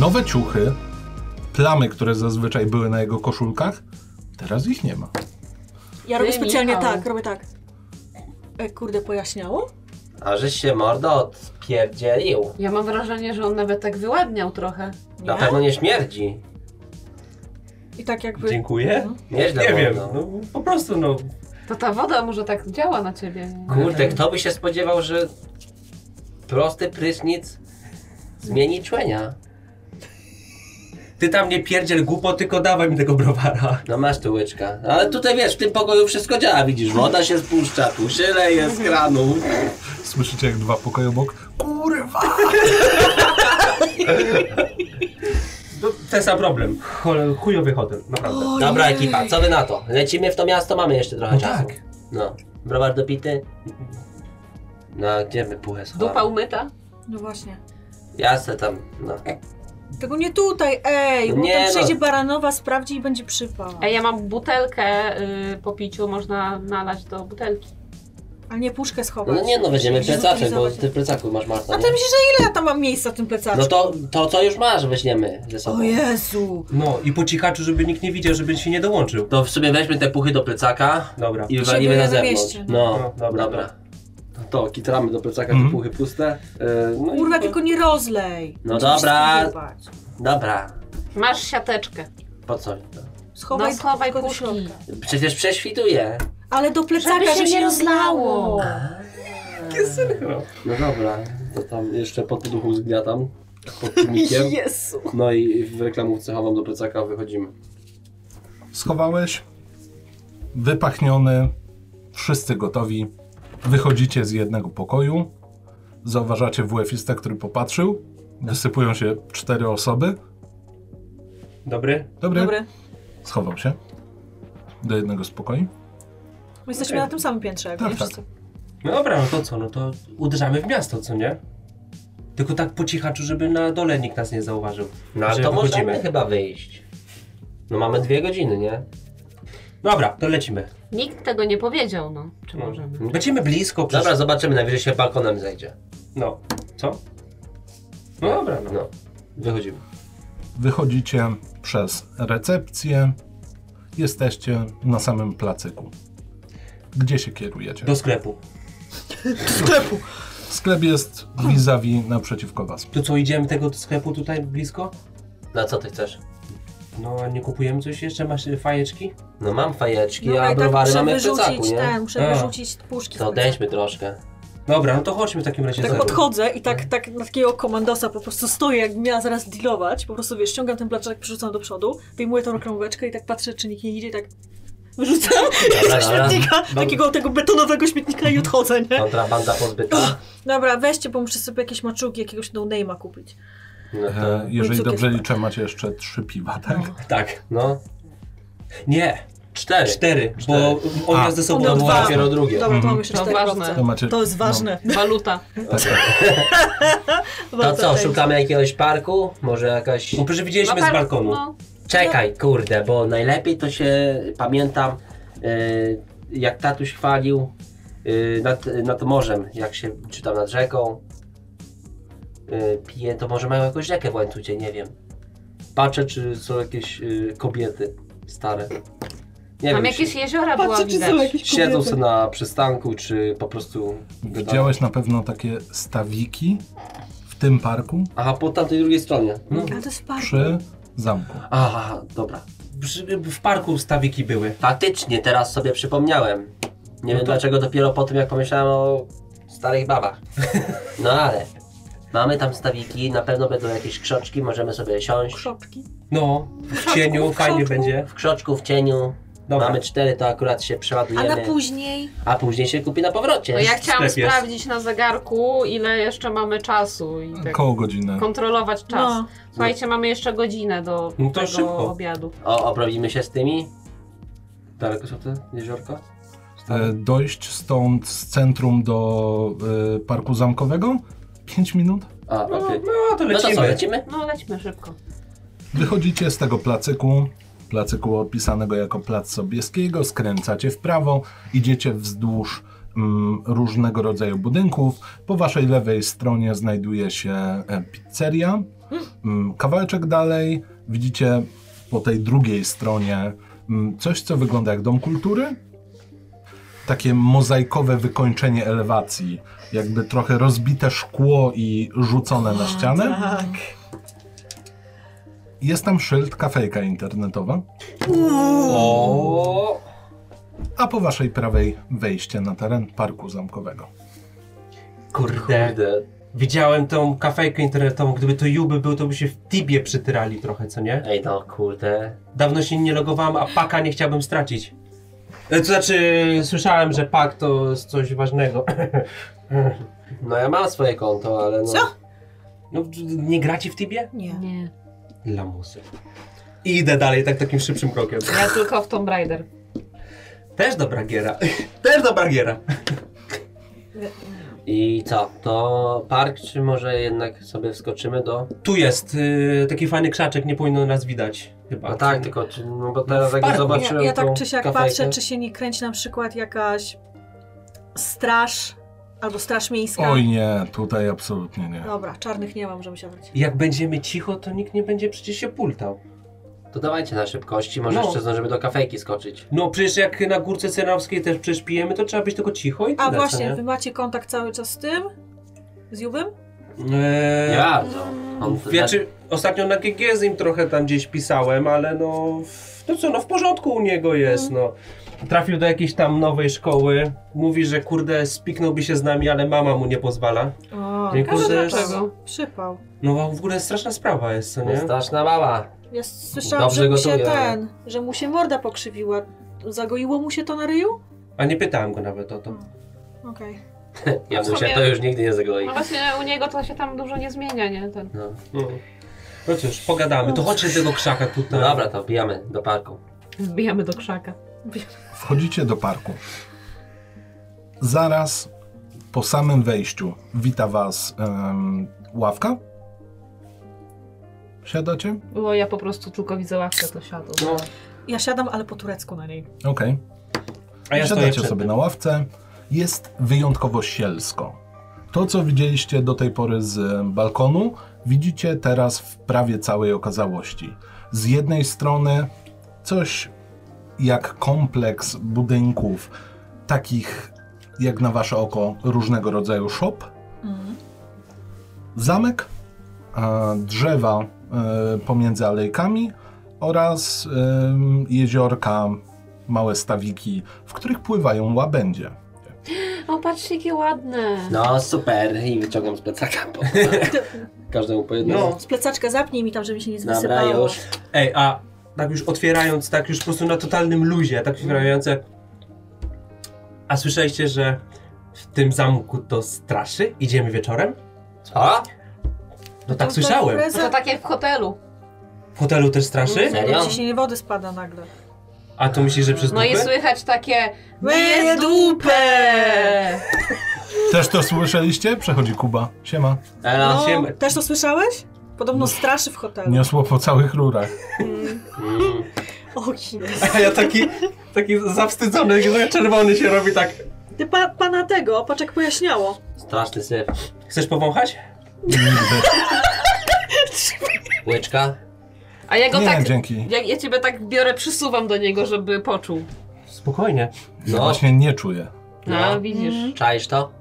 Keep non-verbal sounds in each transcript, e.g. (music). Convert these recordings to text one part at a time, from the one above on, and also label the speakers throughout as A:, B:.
A: nowe ciuchy, plamy, które zazwyczaj były na jego koszulkach, teraz ich nie ma.
B: Ja robię
C: Ty,
B: specjalnie
C: Michał.
B: tak, robię tak. E, kurde, pojaśniało?
D: A żeś się mordo odpierdzielił.
C: Ja mam wrażenie, że on nawet tak wyładniał trochę.
D: Na pewno nie śmierdzi.
B: I tak jakby...
E: Dziękuję.
D: Nieźle
E: Nie wiem,
D: mordo.
E: no, po prostu no.
C: To ta woda może tak działa na ciebie.
D: Kurde, kto by się spodziewał, że prosty prysznic zmieni człenia?
E: Ty tam nie pierdziel głupo, tylko dawaj mi tego browara.
D: No masz tu łyczka. Ale tutaj wiesz, w tym pokoju wszystko działa, widzisz, woda się spuszcza, tu się leje z kranu.
A: Słyszycie jak dwa pokoje obok? Kurwa!
E: No, ten sam problem. Chol- Chujowy hotel, naprawdę.
D: Dobra ekipa, co wy na to? Lecimy w to miasto, mamy jeszcze trochę
E: No
D: czasu.
E: tak.
D: No, browar dopity. No, a gdzie my puchę schowamy?
C: Dupa umyta?
B: No właśnie.
D: Ja se tam, no.
B: E, Tego nie tutaj, ej! Bo
D: Nie
B: tam
D: no.
B: przyjdzie Baranowa, sprawdzi i będzie przypała.
C: Ej, ja mam butelkę y, po piciu, można nalać do butelki.
B: Ale nie puszkę schować.
D: No nie no, weźmiemy
B: Musisz
D: plecaczek, bo
B: zutylizować.
D: ty w plecaku masz Marta,
B: A
D: nie?
B: to myślisz, że ile ja tam mam miejsca w tym plecaczku?
D: No to, to co już masz weźmiemy ze
B: O
D: sobą.
B: Jezu!
E: No i po cichaczu, żeby nikt nie widział, żeby się nie dołączył.
D: To w sumie weźmy te puchy do plecaka
E: Dobra.
D: i
B: To się
D: wywalimy
B: były
D: na
B: na
D: zewnątrz.
B: mieście.
D: No,
E: No,
D: dobra.
E: dobra.
D: dobra. No To kitramy do plecaka
A: Mhm.
D: te puchy puste. Yy, no i-
B: Kurwa, tylko nie rozlej.
D: No
B: Musisz
D: dobra.
B: wszystko wyjebać.
D: Dobra.
C: Masz siateczkę.
D: Po co?
B: Schowaj,
C: No, schowaj
B: tylko do
C: puszki.
B: środka.
D: Przecież prześwituje.
B: Ale do plecaka,
C: Żeby się
B: że
C: nie
B: się
C: rozlało.
D: No dobra. To tam jeszcze pod duchu zgniatam.
B: (laughs)
D: Pod tłumikiem.
C: Jezu.
D: No i w reklamówce chowam do plecaka, wychodzimy.
A: Schowałeś, wypachniony, wszyscy gotowi. Wychodzicie z jednego pokoju, zauważacie WF-ista, który popatrzył, wysypują się cztery osoby.
E: Dobry?
A: Dobry,
B: Dobry.
A: schował się do jednego z pokoi.
B: My jesteśmy
E: Okej.
B: na tym samym piętrze, jak
A: Tak,
B: nie
A: tak.
B: wszyscy.
E: No dobra, no to co, no to uderzamy w miasto, co nie? Tylko tak po cichaczu, żeby na dole nikt nas nie zauważył.
D: No ale
E: że
D: to
E: wychodzimy.
D: możemy chyba wyjść. No mamy dwie godziny, nie?
E: Dobra, to lecimy.
C: Nikt tego nie powiedział, no. Czy
E: No.
C: możemy?
E: Będziemy blisko, przecież...
D: Dobra, zobaczymy, najwyżej się balkonem zejdzie.
E: No, co? No dobra, no.
D: No, wychodzimy.
A: Wychodzicie przez recepcję. Jesteście na samym placyku. Gdzie się kierujecie?
E: Do sklepu.
A: sklepu! Sklep jest vis-a-vis naprzeciwko was.
E: To co, idziemy tego do sklepu tutaj blisko?
D: Na co ty chcesz?
E: No, a nie kupujemy coś jeszcze? Masz y, fajeczki?
D: No mam fajeczki,
B: No
D: a
B: i tak
D: browary
B: muszę
D: mamy w plecaku,
B: wyrzucić tak.
D: nie?
B: ten, muszę
E: A.
B: wyrzucić puszki. z
D: To
B: plecaku.
D: odejdźmy troszkę.
E: Dobra, no to chodźmy w takim razie
B: Tak
E: za mną.
B: podchodzę i
D: No.
B: tak, tak na takiego komandosa po prostu stoję, jak miała zaraz dealować. Po prostu wiesz, ściągam ten placzek, przerzucam do przodu, wyjmuję tą reklamóweczkę i tak patrzę, czy nikt nie idzie i tak wyrzucam
D: Dobra,
B: ze
D: dobra.
B: śmietnika,
D: Dobra.
B: takiego tego betonowego śmietnika i odchodzę, nie?
D: Kontrabanda
B: (laughs)
D: pozbyta.
B: Dobra, weźcie, bo muszę sobie jakieś maczugi, jakiegoś no name'a kupić.
D: No to...
A: E, jeżeli
B: cukier
A: dobrze
B: spadł.
A: liczę, macie jeszcze trzy piwa, tak?
E: Tak.
D: No,
E: Nie,
D: cztery.
E: cztery, bo
D: Cztery.
E: on
A: A,
E: miał ze sobą
B: one
D: To było
B: dwa.
E: dwa.
D: dopiero drugie. Mhm. No.
B: Dobra, to mam jeszcze
C: To
B: cztery
C: ważne.
B: ważne.
A: To macie- no,
B: To jest ważne.
C: Waluta.
D: To
B: Warto
D: co,
B: wejść.
D: szukamy jakiegoś parku? Może jakaś...
E: No przecież widzieliśmy z
C: par-
E: balkonu.
C: No,
D: Czekaj, kurde, bo najlepiej to się pamiętam, y, jak tatuś chwalił y, nad, nad morzem, jak się, czy tam nad rzeką. Y, pije, to może mają jakąś rzekę w łańcucie, nie wiem. Patrzę, czy są jakieś y, kobiety stare. Nie
C: tam
D: wiem,
C: jakieś
D: czy
C: jeziora
B: Patrzę,
C: było
B: czy są
C: widać.
B: jakieś
D: siedzą
B: kobiety.
D: sobie na przystanku, czy po prostu...
A: Widziałeś na pewno takie stawiki w tym parku
D: Aha, po tamtej drugiej stronie. No.
B: Ale to jest bardzo.
A: przy zamku.
D: Aha, dobra.
E: Przy- W parku stawiki były.
D: Faktycznie, teraz sobie przypomniałem. Nie
E: No
D: wiem
E: to-
D: dlaczego dopiero po tym, jak pomyślałem o starych
E: (laughs)
D: babach. No ale mamy tam stawiki, na pewno będą jakieś krzoczki, możemy sobie siąść.
B: Krzopki.
E: No, w cieniu,
B: w
E: fajnie
B: krzaczku.
E: będzie.
D: W krzoczku, w cieniu.
E: Dobra.
D: Mamy cztery, to akurat się
B: A
D: przeładujemy.
B: na później?
D: a później się kupi na powrocie.
C: No ja
E: Jest
C: chciałam
E: sklep, jest.
C: sprawdzić na zegarku, ile jeszcze mamy czasu
E: No,
C: i tak
A: Koło godziny.
C: kontrolować czas.
B: No.
C: Słuchajcie, mamy jeszcze godzinę do
E: No to
C: tego
E: szybko.
C: obiadu.
D: O, obrobimy się z tymi. Daleko są te jeziorka?
A: E, dojść stąd z centrum do e, parku zamkowego? 5 minut?
D: A,
E: No,
D: okej.
E: no to
D: No to co,
E: lecimy.
D: lecimy?
C: No lećmy szybko.
A: Wychodzicie z tego placyku, placyku opisanego jako plac Sobieskiego, skręcacie w prawo, idziecie wzdłuż mm, różnego rodzaju budynków. Po waszej lewej stronie znajduje się e, pizzeria, Mm, Kawałeczek dalej widzicie po tej drugiej stronie mm, coś, co wygląda jak dom kultury. Takie mozaikowe wykończenie elewacji, jakby trochę rozbite szkło i rzucone na ścianę.
B: Tak.
A: Jest tam szyld kafejka internetowa,
E: O.
A: a po waszej prawej wejście na teren parku zamkowego.
E: Kurde.
D: Kurde.
E: Widziałem tą kafejkę internetową, gdyby to Juby był, to by się w Tibie przytyrali trochę, co nie?
D: Ej no, kurde.
E: Dawno się nie logowałem, a paka nie chciałbym stracić. E, To znaczy, słyszałem, że pak to jest coś ważnego. (laughs)
D: No ja mam swoje konto, ale no...
B: Co?
E: No, nie gracie w Tibie?
B: Nie.
C: Nie.
E: Lamusy. I idę dalej tak takim szybszym krokiem.
C: Ja tylko w Tomb Raider.
E: Też dobra giera. (laughs) Też dobra giera.
D: I co, to park, czy może jednak sobie wskoczymy do...
E: Tu jest y, taki fajny krzaczek, nie powinno nas widać. Chyba.
D: No tak, tylko czy, no bo
E: W
D: teraz jak
E: parku.
D: zobaczyłem
B: Ja, ja tak
D: tą
B: czy siak
D: kafejkę-
B: patrzę, czy się nie kręci na przykład jakaś straż albo straż miejska.
A: Oj nie, tutaj absolutnie nie.
B: Dobra, czarnych nie mam, możemy się wrócić.
E: Jak będziemy cicho, to nikt nie będzie przecież się pultał.
D: To dawajcie na szybkości, może
E: No.
D: jeszcze zdążymy do kafejki skoczyć.
E: No przecież jak na górce cerawskiej też przecież pijemy, to trzeba być tylko cicho i
B: A
E: tyle, co
B: właśnie, wy
E: nie?
B: macie kontakt cały czas z tym? Z Jubem?
E: Eee,
D: Nie bardzo. On,
E: E, Ja czy, ostatnio na GG z nim trochę tam gdzieś pisałem, ale no, w- no co, no w porządku u niego jest, no. Trafił do jakiejś tam nowej szkoły, mówi, że kurde, spiknąłby się z nami, ale mama mu nie pozwala.
B: O,
E: Dziękuję,
B: każdy
E: że-
B: na czas.
C: Dlaczego?
B: Przypał.
E: No a w ogóle straszna sprawa jest, co
D: No,
E: nie?
D: straszna mała.
B: Ja słyszałam,
D: Dobrze
B: że mu się
D: gotuje, ale-
B: ten, że mu się morda pokrzywiła. Zagoiło mu się to na ryju?
E: A nie pytałem go nawet o to.
B: Okej.
D: Ja
C: W
D: bym się
C: sumie-
D: to już nigdy nie zagoi.
C: No właśnie u niego to się tam dużo nie zmienia, nie? Ten.
D: No.
E: No, no cóż, pogadamy, to chodźcie do tego krzaka
D: no
E: tutaj.
D: dobra, to bijamy do parku.
C: Wbijamy do krzaka.
A: Wchodzicie do parku. Zaraz po samym wejściu wita was em, ławka. Siadacie?
C: Bo ja po prostu tylko widzę ławkę, to siadł.
E: No,
B: Ja siadam, ale po turecku na niej.
A: Okej.
E: a ja stoję
A: Siadacie sobie
E: przed
A: no.
E: sobie.
A: na ławce. Jest wyjątkowo sielsko. To, co widzieliście do tej pory z e, balkonu, widzicie teraz w prawie całej okazałości. Z jednej strony coś jak kompleks budynków, takich jak na wasze oko różnego rodzaju shop. Zamek, e, drzewa e, pomiędzy alejkami oraz em, jeziorka, małe stawiki, w których pływają łabędzie.
C: O, patrzcie, jakie ładne.
D: No super, i wyciągam z plecaka. Po,
B: (laughs)
D: każdemu po jednemu.
E: No.
B: Z plecaczka zapnij mi tam, żeby się nie
D: Dobra,
B: zwysypało.
D: już.
E: Ej, a tak już otwierając, tak już po prostu na totalnym luzie, tak otwierające. A słyszeliście, że w tym zamku to straszy? Idziemy wieczorem?
D: Co?
E: No
B: To-
E: tak
B: to
E: słyszałem.
C: No to
B: impreza-
C: takie w hotelu.
E: W hotelu też straszy?
D: Mm. Serio?
B: Ciśnienie wody spada nagle.
E: A to myślisz, że przez
C: No i
E: dupę?
C: słychać takie
B: Myję
C: Myję dupę!
A: Też to słyszeliście? Przechodzi Kuba. Siema.
D: Ela.
B: No,
E: siema.
B: też to słyszałeś? Podobno straszy w hotelu.
A: Niosło po całych rurach.
D: Mm.
B: O jest.
E: (laughs) A ja taki, taki zawstydzony, że czerwony się robi tak.
B: Ty pa, pana tego, paczek pojaśniało.
D: Straszny syf.
E: Chcesz powąchać?
A: Nigdy.
D: Łyczka?
C: A ja go
A: Nie,
C: tak.
A: dzięki.
C: Ja, ja ciebie tak biorę, przysuwam do niego, żeby poczuł.
E: Spokojnie.
A: Ja
D: No.
A: właśnie nie czuję.
C: No,
D: No.
C: widzisz.
B: Mhm.
D: Czaisz to?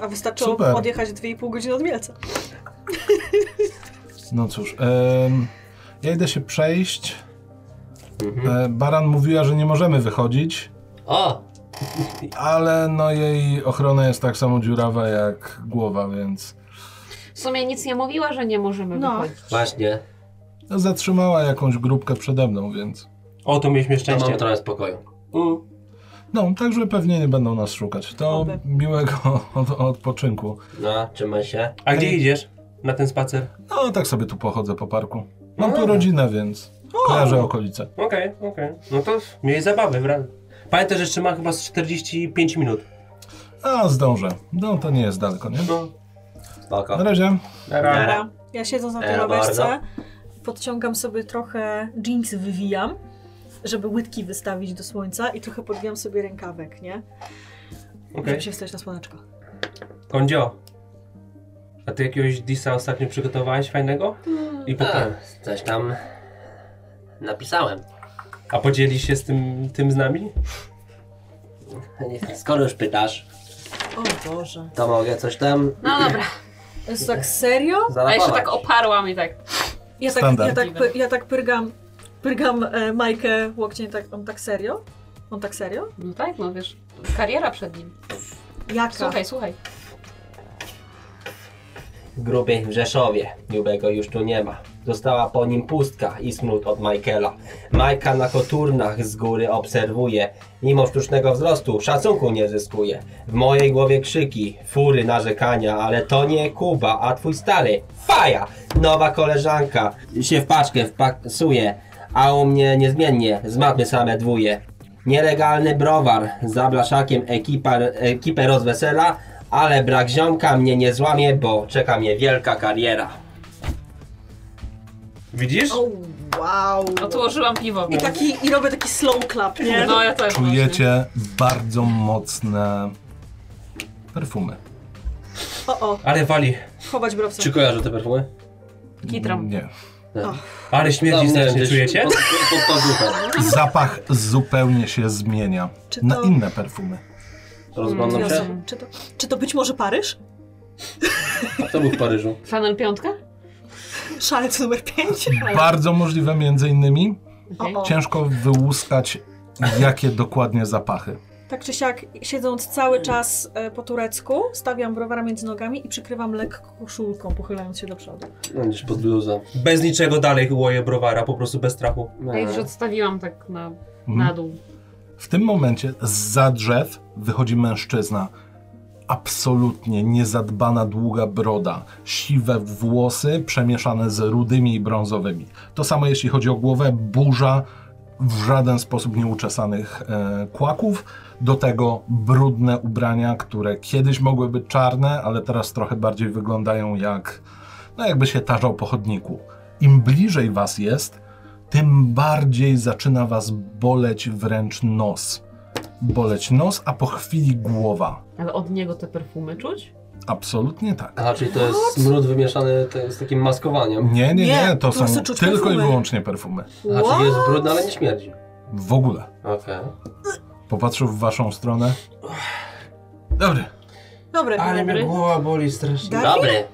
B: A wystarczyło
A: Super.
B: odjechać 2,5 godziny od Mielca.
A: No cóż, em, ja idę się przejść.
D: Mhm.
A: E, Baran mówiła, że nie możemy wychodzić,
D: O!
A: ale no jej ochrona jest tak samo dziurawa jak głowa, więc
C: W sumie nic nie mówiła, że nie możemy
B: No.
C: wychodzić.
D: Właśnie.
A: no, zatrzymała jakąś grupkę przede mną, więc
E: O, to mieliśmy
D: To
E: szczęście.
D: mam trochę spokoju.
E: Mm.
A: no, także pewnie nie będą nas szukać. To
B: Oby.
A: miłego (laughs) od, odpoczynku.
D: No, trzymaj się.
E: A gdzie
A: Ej.
E: idziesz? Na ten spacer?
A: No, tak sobie tu pochodzę po parku. Mam
E: A.
A: tu rodzinę, więc kojarzę okolice.
E: Okej, okej. No to miej zabawy, wraz. Pamiętaj, że trzyma chyba z 45 minut.
A: A, zdążę. No, to nie jest daleko, nie?
E: No.
D: Spoko.
A: Na razie.
B: Dobra. Ja siedzę
E: E,
B: na tej
D: Elo,
B: ławeczce,
D: bardzo.
B: podciągam sobie trochę, jeans wywijam, żeby łydki wystawić do słońca i trochę podwijam sobie rękawek, nie?
E: Okej.
B: Żeby się wstać na słoneczko.
E: Kondzio. A ty jakiegoś disa ostatnio przygotowałeś fajnego? I potem.
D: Coś tam napisałem. (laughs)
E: A podzielisz się z tym, tym z nami?
D: Skoro już pytasz,
B: O Boże.
D: to mogę coś tam
C: No dobra,
B: To Jest tak serio?
C: a
D: zarapować.
C: jeszcze tak oparłam i tak.
B: Ja tak,
A: Standard.
B: ja tak, py- ja tak pyrgam, pyrgam e, Majkę łokciem, tak, on tak serio? On tak serio?
C: No tak, no wiesz, kariera przed nim.
B: Jaka?
C: Słuchaj, słuchaj.
D: Gruby w Rzeszowie. Jubego już tu nie ma. Została po nim pustka i smród od Michaela. Majka na koturnach z góry obserwuje. Mimo sztucznego wzrostu szacunku nie zyskuje. W mojej głowie krzyki, fury, narzekania, ale to nie Kuba, a twój stary. Faja! Nowa koleżanka się w paczkę wpasuje, a u mnie niezmiennie z matmy same dwóje. Nielegalny browar za blaszakiem ekipa, ekipę rozwesela, ale brak ziomka mnie nie złamie, bo czeka mnie wielka kariera.
E: Widzisz?
B: O, wow.
C: Odłożyłam No piwo.
B: I
D: tak-
B: taki, i robię taki slow clap, nie?
C: No ja też właśnie.
A: Czujecie bardzo mocne perfumy.
B: O, o,
E: Ale wali.
B: chować browca.
D: kojarzę te perfumy?
C: Kitram.
A: Nie.
E: Ale śmierdzi strasznie, czujecie?
D: Pod, pod, pod duchem.
A: Zapach zupełnie się zmienia
B: Czy
A: na
B: to-
A: inne perfumy.
D: Rozglądam
B: Jezu,
D: się.
B: Czy to, czy to być może Paryż?
D: A kto był w Paryżu?
C: Flanel piątka?
B: Szalec numer 5?
A: Bardzo możliwe między innymi
C: Okej.
B: O, o.
A: ciężko wyłuskać jakie dokładnie zapachy.
B: Tak czy siak, siedząc cały czas e, po turecku, stawiam browara między nogami i przykrywam lekko koszulką, pochylając się do przodu.
D: Będziesz No, pod bluzą.
E: Bez niczego dalej łoje browara, po prostu bez strachu.
C: Ja już odstawiłam tak na,
E: Mhm.
C: na dół.
A: W tym momencie za drzew wychodzi mężczyzna. Absolutnie niezadbana długa broda, siwe włosy przemieszane z rudymi i brązowymi. To samo jeśli chodzi o głowę, burza, w żaden sposób nieuczesanych e, kłaków. Do tego brudne ubrania, które kiedyś mogły być czarne, ale teraz trochę bardziej wyglądają jak, no jakby się tarzał po chodniku. Im bliżej was jest, tym bardziej zaczyna was boleć wręcz nos. Boleć nos, a po chwili głowa.
C: Ale od niego te perfumy czuć?
A: Absolutnie tak.
D: A, czyli to jest smród wymieszany te- z takim maskowaniem.
A: Nie, nie,
B: Nie,
A: nie, to
B: po prostu
A: są
B: czuć
A: tylko
B: perfumy.
A: i wyłącznie perfumy.
D: A, czyli jest brudny, ale nie śmierdzi.
A: W ogóle.
D: Okej.
A: Popatrzył w waszą stronę. Dobry.
B: Dobry.
E: Ale mnie
C: Dobry.
E: głowa boli strasznie.
B: Darwin?
D: Dobry.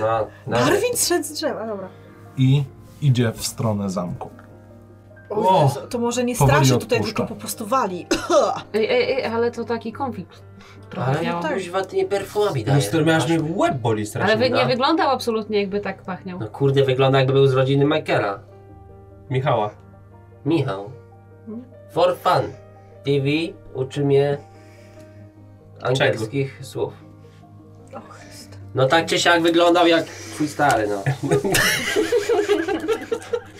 D: No, dobry.
B: Darwin zszedł z drzewa, dobra.
A: I idzie w stronę zamku.
B: O,
E: O,
B: Jezu, to może nie
A: powoli
B: straszy tutaj,
A: odpuszcza.
B: tylko po prostu wali.
C: Ej, ej, ej, ale to taki konflikt trochę
D: Ale
C: miałam.
D: no, kuźwa, ty nie perfumami dajesz.
E: Mister, miałeś mnie łeb boli strasznie. no.
C: Ale wy, nie
D: da.
C: wyglądał absolutnie jakby tak pachniał.
D: Tak. No kurde, wygląda jakby był z rodziny Michaela.
E: Michała.
D: Michał. For fun. TV uczy mnie angielskich słów. No tak czy siak wyglądał jak twój stary, no.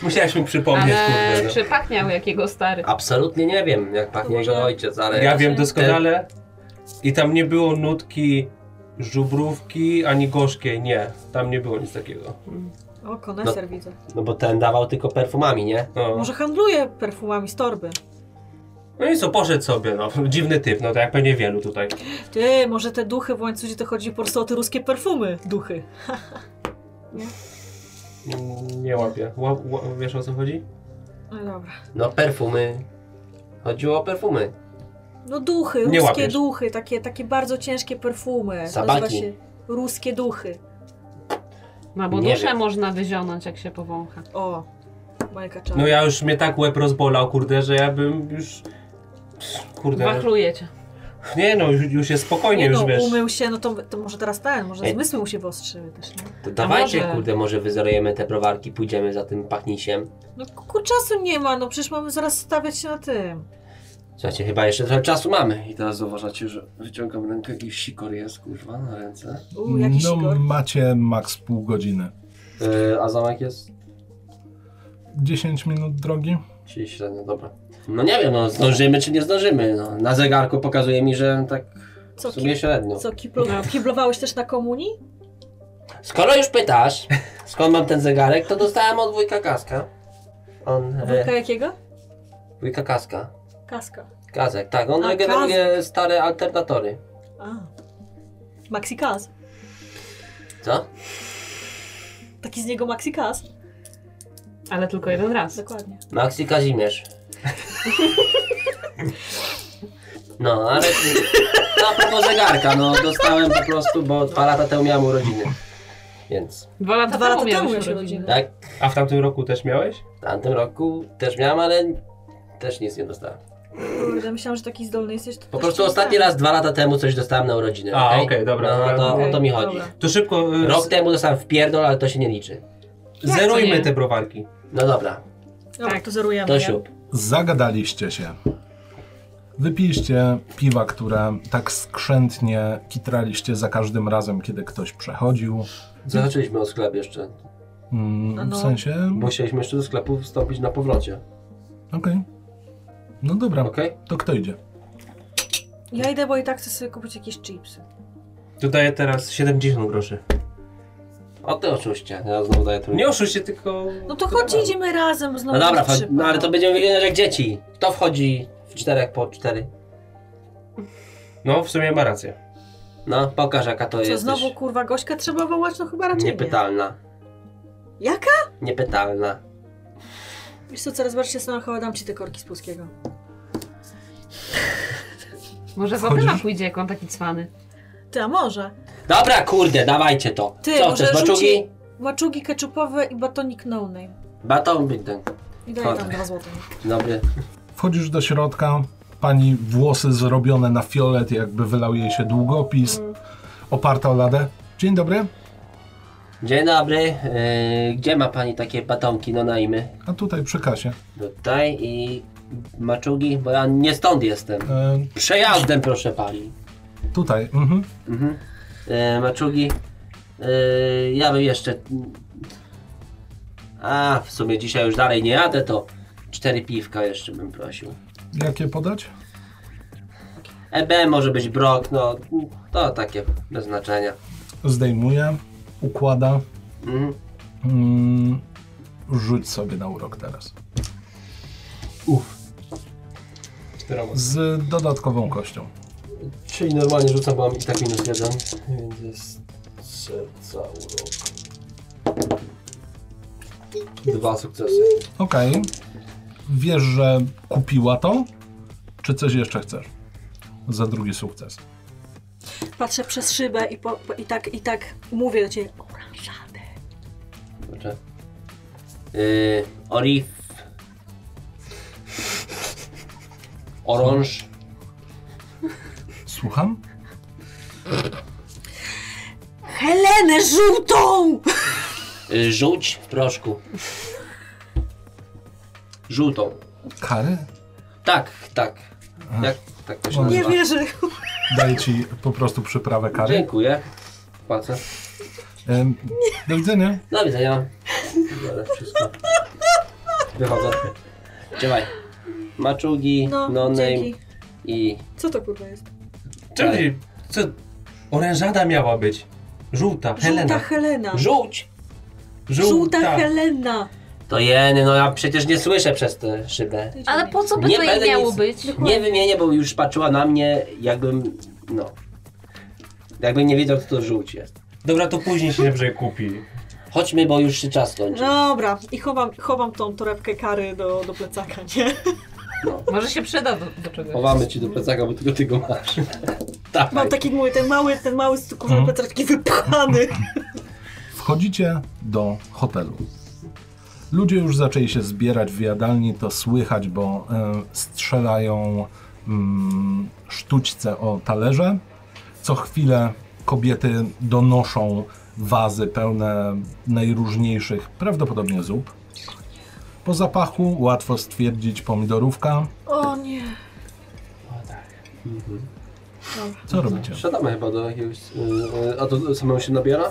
E: Musiałeś mi przypomnieć,
C: Ale
E: kurde. No.
C: czy pachniał jak jego stary?
D: Absolutnie nie wiem, jak
B: To
D: pachnie
B: może-
D: jego ojciec, ale...
E: Ja wiem doskonale. I tam nie było nutki żubrówki ani gorzkiej, nie. Tam nie było nic takiego.
B: O, koneser widzę.
D: No bo ten dawał tylko perfumami, nie?
E: No,
B: Może handluje perfumami z torby.
E: no i co, poszedł sobie, no. Dziwny typ, no tak jak pewnie wielu tutaj.
B: Ty, może te duchy w łańcuchu to chodzi po prostu o te ruskie perfumy. Duchy.
E: Mm, Nie łapię. Ła, ła, wiesz o co chodzi?
B: No dobra.
D: No perfumy. Chodziło o perfumy.
B: No duchy,
E: Nie
B: ruskie
E: łapiesz.
B: duchy, takie, takie bardzo ciężkie perfumy.
D: Sabaki.
B: Nazywa się ruskie duchy.
C: No bo
D: Nie
C: duszę
D: wiem.
C: można wyzionąć jak się powącha.
B: O, Majka Czarna.
E: No ja już mnie tak łeb rozbolał, kurde, że ja bym już... Kurde,
C: Wachlujecie.
E: nie no, już, już jest spokojnie,
B: Nie
E: już
B: no,
E: wiesz.
B: umył się, no to, to może teraz ten, może
D: Ej.
B: zmysły mu się wyostrzyły też, nie?
D: To dawajcie,
C: może-
D: kurde, może wyzorujemy te browarki, pójdziemy za tym pachnisiem.
B: No ku czasu nie ma, no przecież mamy zaraz stawiać się na tym.
D: Słuchajcie, chyba jeszcze trochę czasu mamy. I teraz zauważacie, że wyciągam rękę i sikor jest, kurwa, na ręce.
B: U, jakiś
A: no
B: no,
A: macie maks pół godziny.
D: Yy, a zamek jest?
A: 10 minut drogi?
D: Czyli średnio, dobra. No nie wiem, no zdążymy czy nie zdążymy. No. Na zegarku pokazuje mi, że tak
B: Co,
D: w sumie No. średnio.
B: Co, kiblu, kiblowałeś też na komunii?
D: Skoro już pytasz, skąd mam ten zegarek, to dostałem od wujka Kaska. On,
B: Wujka
D: e,
B: jakiego?
D: wujka Kaska.
B: Kaska.
D: Kazek, tak, on
B: A,
D: regeneruje stare alternatory.
B: A. Maxi Kaz.
D: Co?
B: Taki z niego Maxi Kas.
C: Ale tylko jeden raz.
B: Dokładnie.
D: Maxi Kazimierz. (laughs) No, ale no, a propos zegarka, no dostałem po prostu, bo dwa lata temu miałem urodziny. Więc,
C: Dwa lata
B: Dwa
C: temu
B: lata temu
C: miałeś
B: miałeś
C: urodziny.
B: urodziny.
D: tak,
E: A w tamtym roku też miałeś?
D: w tamtym roku też miałem, ale też nic nie dostałem.
B: Kurde, myślałam, że taki zdolny jesteś. to
D: Po
B: też
D: prostu
B: ci
D: ostatni
B: dostałem.
D: raz, dwa lata temu coś dostałem na urodziny.
E: A,
D: okej?
E: okej,
D: No,
E: dobra,
D: no
E: dobra.
D: to
C: Okej,
D: o to mi chodzi.
C: dobra.
E: To szybko y,
D: Rok temu dostałem w pierdol, ale to się nie liczy.
C: Jak to
E: zerujmy
C: nie?
E: te browarki.
D: No dobra,
B: Dobra,
C: Tak.
B: to zerujemy.
D: to
B: nie?
D: siup.
A: Zagadaliście się. Wypiliście piwa, które tak skrzętnie kitraliście za każdym razem, kiedy ktoś przechodził.
D: Zahaczyliśmy o sklep jeszcze,
A: Mm,
B: No.
A: W sensie.
D: bo chcieliśmy jeszcze do sklepu wstąpić na powrocie,
A: Okej. No dobra,
D: okej?
A: to kto idzie?
B: Ja idę, bo i tak chcę sobie kupić jakieś chipsy.
E: Dodaję teraz 70 groszy.
D: O ty oczywiście, ja znowu daję trójkę.
E: Nie oszuście, tylko...
B: No to chodź, idziemy razem znowu.
D: No dobra,
B: na
D: wchodzi,
B: skrzypka.
D: no ale to będziemy wyglądać jak dzieci. Kto wchodzi w czterech po cztery?
E: No, w sumie ma rację.
D: No, pokaż jaka to
B: Co,
D: jest.
B: znowu kurwa gośka trzeba wołać? No chyba raczej nie.
D: Niepytalna.
B: Jaka?
D: Niepetalna.
B: Wiesz co, coraz bardziej się zastanawiam, chyba dam ci te korki z Puskiego.
C: Może za
A: Wchodzisz?
C: dyma pójdzie, jak on taki cwany.
B: Ty, a może?
D: Dobra, kurde, dawajcie to.
B: Ty,
D: Co
B: może
D: chcesz,
B: rzuci-
D: maczugi?
B: Maczugi keczupowe i batonik no name.
D: Baton być ten.
B: I daję tam
D: Dobra.
B: dwa złote.
D: Dobry.
A: Wchodzisz do środka, pani włosy zrobione na fiolet, jakby wylał jej się długopis,
B: Mm.
A: oparta o ladę. Dzień dobry,
D: Dzień dobry. Yy, gdzie ma pani takie batonki, no najmy?
A: a tutaj przy kasie.
D: Tutaj i maczugi, bo ja nie stąd jestem.
A: E,
D: Przejazdem proszę pani.
A: tutaj, mhm.
D: Mhm. E, maczugi. E, ja bym jeszcze. A, w sumie dzisiaj już dalej nie jadę, to cztery piwka jeszcze bym prosił.
A: Jakie podać?
D: EB może być brok, no to takie bez znaczenia.
A: Zdejmuje, układa.
D: Mhm.
A: Mm, rzuć sobie na urok teraz.
D: Uff.
A: Z dodatkową kością.
D: Czyli normalnie rzucam, bo mam i tak minus jeden. Więc jest serca urok. Dwa sukcesy.
A: Okej. Wiesz, że kupiła to? Czy coś jeszcze chcesz? Za drugi sukces.
B: Patrzę przez szybę i, po, po, i, tak, i tak mówię do ciebie oranżadę.
D: Znaczy, yy, orif. Orąż.
A: Słucham?
B: Helenę żółtą!
D: Y, żółć w proszku. Żółtą.
A: Kary?
D: Tak, tak. Jak, tak to się
A: Nie
B: Nie
D: nazywa.
B: wierzę.
A: Daję ci po prostu przyprawę kary.
D: Dziękuję. Płacę.
A: Em, Do widzenia.
D: Do widzenia. Biorę wszystko. Wychodzę. Działaj. Maczugi,
B: No,
D: no, name
B: dzięki.
D: i...
B: Co to kurwa jest?
E: Czemu nie- Co? Orężada miała być. Żółta,
B: Żółta
E: Helena.
B: Helena.
D: Żółć!
B: Żółta Helena.
D: To jeny, no ja przecież nie słyszę przez tę szybę.
C: Ale po co by
D: Nie
C: to jej
D: będę
C: miało
D: nic-
C: być?
D: Nie wymienię, bo już patrzyła na mnie jakbym... no... Jakbym nie wiedział, co to żółć jest.
E: Dobra, to później się dobrze kupi.
D: Chodźmy, bo już się czas kończy.
B: Dobra, i chowam, chowam tą torebkę kary do, do plecaka, nie?
D: No.
C: Może się przyda do, do czegoś.
D: Chowamy ci do plecaka, bo tylko ty go masz. (laughs)
B: Mam
D: Dawaj.
B: taki mój, ten mały, ten mały kurwa
A: Mhm.
B: plecak taki wypchany.
A: Wchodzicie do hotelu. Ludzie już zaczęli się zbierać w jadalni, to słychać, bo em, strzelają mm, sztućce o talerze. Co chwilę kobiety donoszą wazy pełne najróżniejszych, prawdopodobnie zup. Po zapachu łatwo stwierdzić pomidorówka.
B: O nie.
A: Co robicie?
D: Siadamy chyba do jakiegoś... Yy, a to samemu się nabiera?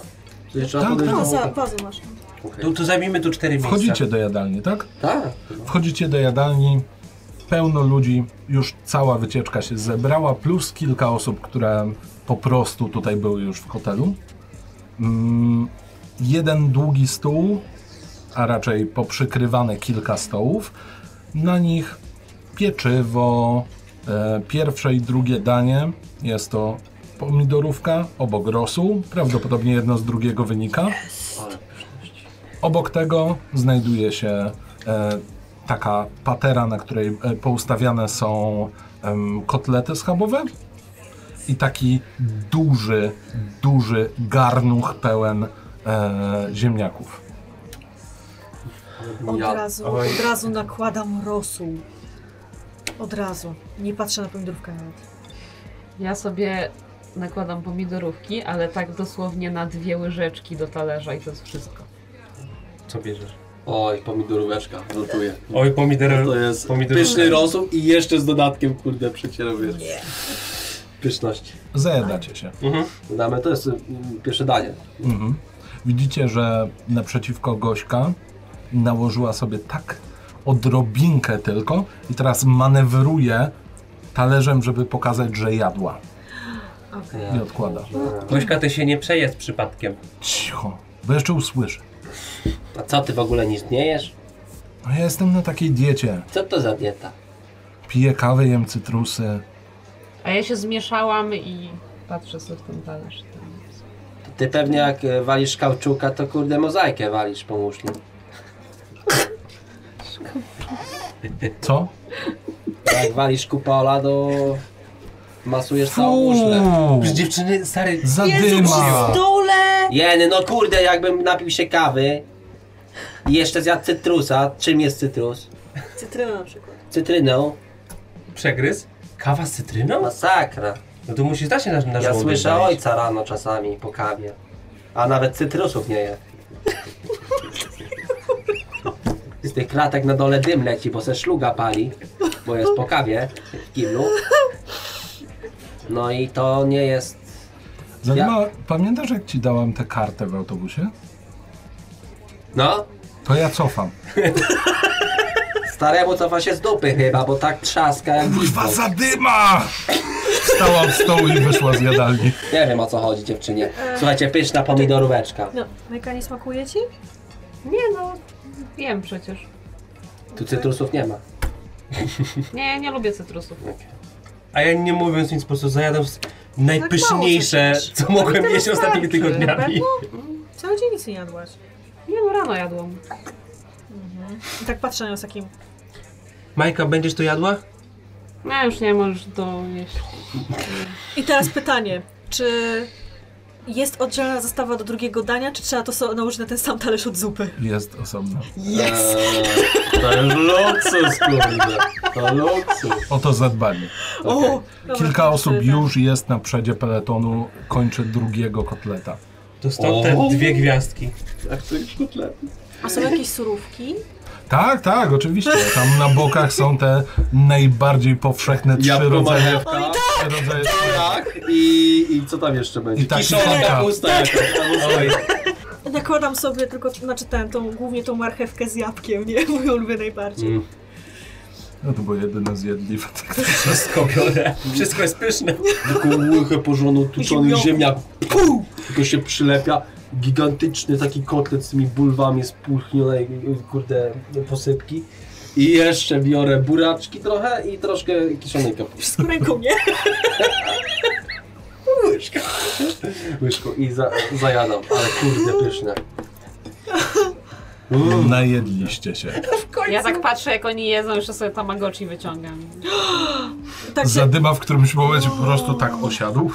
D: Coś trzeba
A: Tak,
D: podejść
A: tak.
B: No,
D: do-
B: za, wazę masz.
D: Okej.
E: To, to zajmijmy tu cztery miejsca.
A: Wchodzicie do jadalni, tak?
D: Tak.
A: Wchodzicie do jadalni, pełno ludzi, już cała wycieczka się zebrała, plus kilka osób, które po prostu tutaj były już w hotelu. Mm, jeden długi stół, a raczej poprzykrywane kilka stołów. Na nich pieczywo, e, pierwsze i drugie danie. Jest to pomidorówka, obok rosół, prawdopodobnie jedno z drugiego wynika. Obok tego znajduje się e, taka patera, na której e, poustawiane są em, kotlety schabowe i taki duży, duży garnuch pełen e, ziemniaków.
B: Od
D: Ja-
B: razu,
E: oj.
B: od razu nakładam rosół. Od razu. Nie patrzę na pomidorówkę nawet.
C: Ja sobie nakładam pomidorówki, ale tak dosłownie na dwie łyżeczki do talerza i to jest wszystko.
E: Co bierzesz?
D: Oj, pomidoróweczka, notuję.
E: Oj, pomidor...
D: To jest
E: pomidorówka.
D: pyszny rosół i jeszcze z dodatkiem, kurde, przecierowiec. Pyszności.
A: Zajadacie się.
E: Mhm.
D: Damy, to jest mm, pierwsze danie.
A: Mhm. Widzicie, że naprzeciwko Gośka nałożyła sobie tak odrobinkę tylko i teraz manewruje talerzem, żeby pokazać, że jadła. I odkłada.
E: Gośka, ty się nie przejedz przypadkiem.
A: Cicho, bo jeszcze usłyszę.
D: A co, ty w ogóle nic nie jesz?
A: No ja jestem na takiej diecie.
D: Co to za dieta?
A: Piję kawę, jem cytrusy.
C: A ja się zmieszałam i patrzę sobie w ten talerz. Tam jest.
D: To Ty pewnie jak e, walisz kauczuka, to kurde mozaikę walisz po muszli.
A: Co?
D: A Jak walisz kupola, to masujesz
A: No,
D: całą muszlę.
A: Fuu,
E: Przecież dziewczyny, stary...
B: Jezu,
A: Zadyma!
B: przy stole!
D: Jeny, no kurde, jakbym napił się kawy i jeszcze zjadł cytrusa. Czym jest cytrus?
B: Cytryna na przykład.
D: Cytryną.
E: Przegryz? Kawa z cytryną?
D: Masakra.
E: No to musisz dać się na, na
D: Ja
E: żołądek
D: słyszę
E: wejść.
D: ojca rano czasami po kawie. A nawet cytrusów nie je. Z tych kratek na dole dym leci, bo se szluga pali, bo jest po kawie w kiblu. No i to nie jest...
A: Zadyma, pamiętasz jak ci dałam tę kartę w autobusie?
D: No,
A: To ja cofam.
D: staremu cofa się z dupy chyba, bo tak trzaska jak
A: Kurwa,
D: widmo.
A: zadyma! Wstała od stołu i wyszła z jadalni.
D: Nie wiem o co chodzi dziewczynie. Słuchajcie, pyszna pomidoróweczka.
B: No, Majka, nie smakuje ci?
C: Nie no, wiem przecież.
D: Tu cytrusów nie ma.
C: Nie, ja nie lubię cytrusów.
E: A ja nie mówiąc nic, po prostu zajadam s-
B: Tak
E: najpyszniejsze,
B: mało co
E: co mogłem
B: teraz
E: jeść ostatnimi
C: starczy,
E: tygodniami.
B: Cały dzień nic nie jadłaś.
C: Nie no, rano jadłam.
B: I tak patrzę na nią z takim...
E: Majka, będziesz to jadła?
C: No już nie możesz dojeść.
B: I teraz pytanie, czy jest oddzielna zestawa do drugiego dania, czy trzeba to so- nałożyć na ten sam talerz od zupy?
A: Jest osobno.
B: Yes!
D: Eee, to już luksus, kurde. To luksus.
A: O to zadbali.
B: O, dobra,
A: Kilka
B: to
A: osób
B: tyle.
A: już jest na przedzie peletonu, kończy drugiego kotleta.
E: To stąd te
D: O.
E: dwie gwiazdki.
B: A są jakieś surówki?
A: Tak, tak, oczywiście. Tam na bokach są te najbardziej powszechne trzy rodzaje.
D: marchewka.
A: trzy rodzaje
D: Tak, i, i co tam jeszcze będzie?
A: I taki
D: Kiszona
A: taka.
D: kapusta jakaś, kapusta.
E: Tak. Oj,
B: Nakładam sobie tylko, znaczy ten, tą, głównie tą marchewkę z jabłkiem, nie? (laughs) Moją lubię najbardziej.
D: Mm.
A: No to było jedyne zjedliwe. Tak, tak.
E: wszystko
D: (laughs)
E: biorę. Wszystko jest pyszne.
D: Taką łychę porządną tuczonych
B: Ziemniaków.
D: ziemniak. Pum! Tylko się przylepia. Gigantyczny taki kotlet z tymi bulwami z pulchnionej, kurde, posypki. I jeszcze biorę buraczki trochę i troszkę kiszonej kapusty.
B: Wszystko
A: (laughs)
B: ręką, nie?
D: Łyżko. Łyżko i za, zajadam, ale kurde pyszne. Mm.
A: Najedliście się.
C: Ja tak patrzę jak oni jedzą, jeszcze sobie tamagotchi wyciągam.
B: Tak, że-
A: Zadyma w którymś momencie po prostu tak osiadł,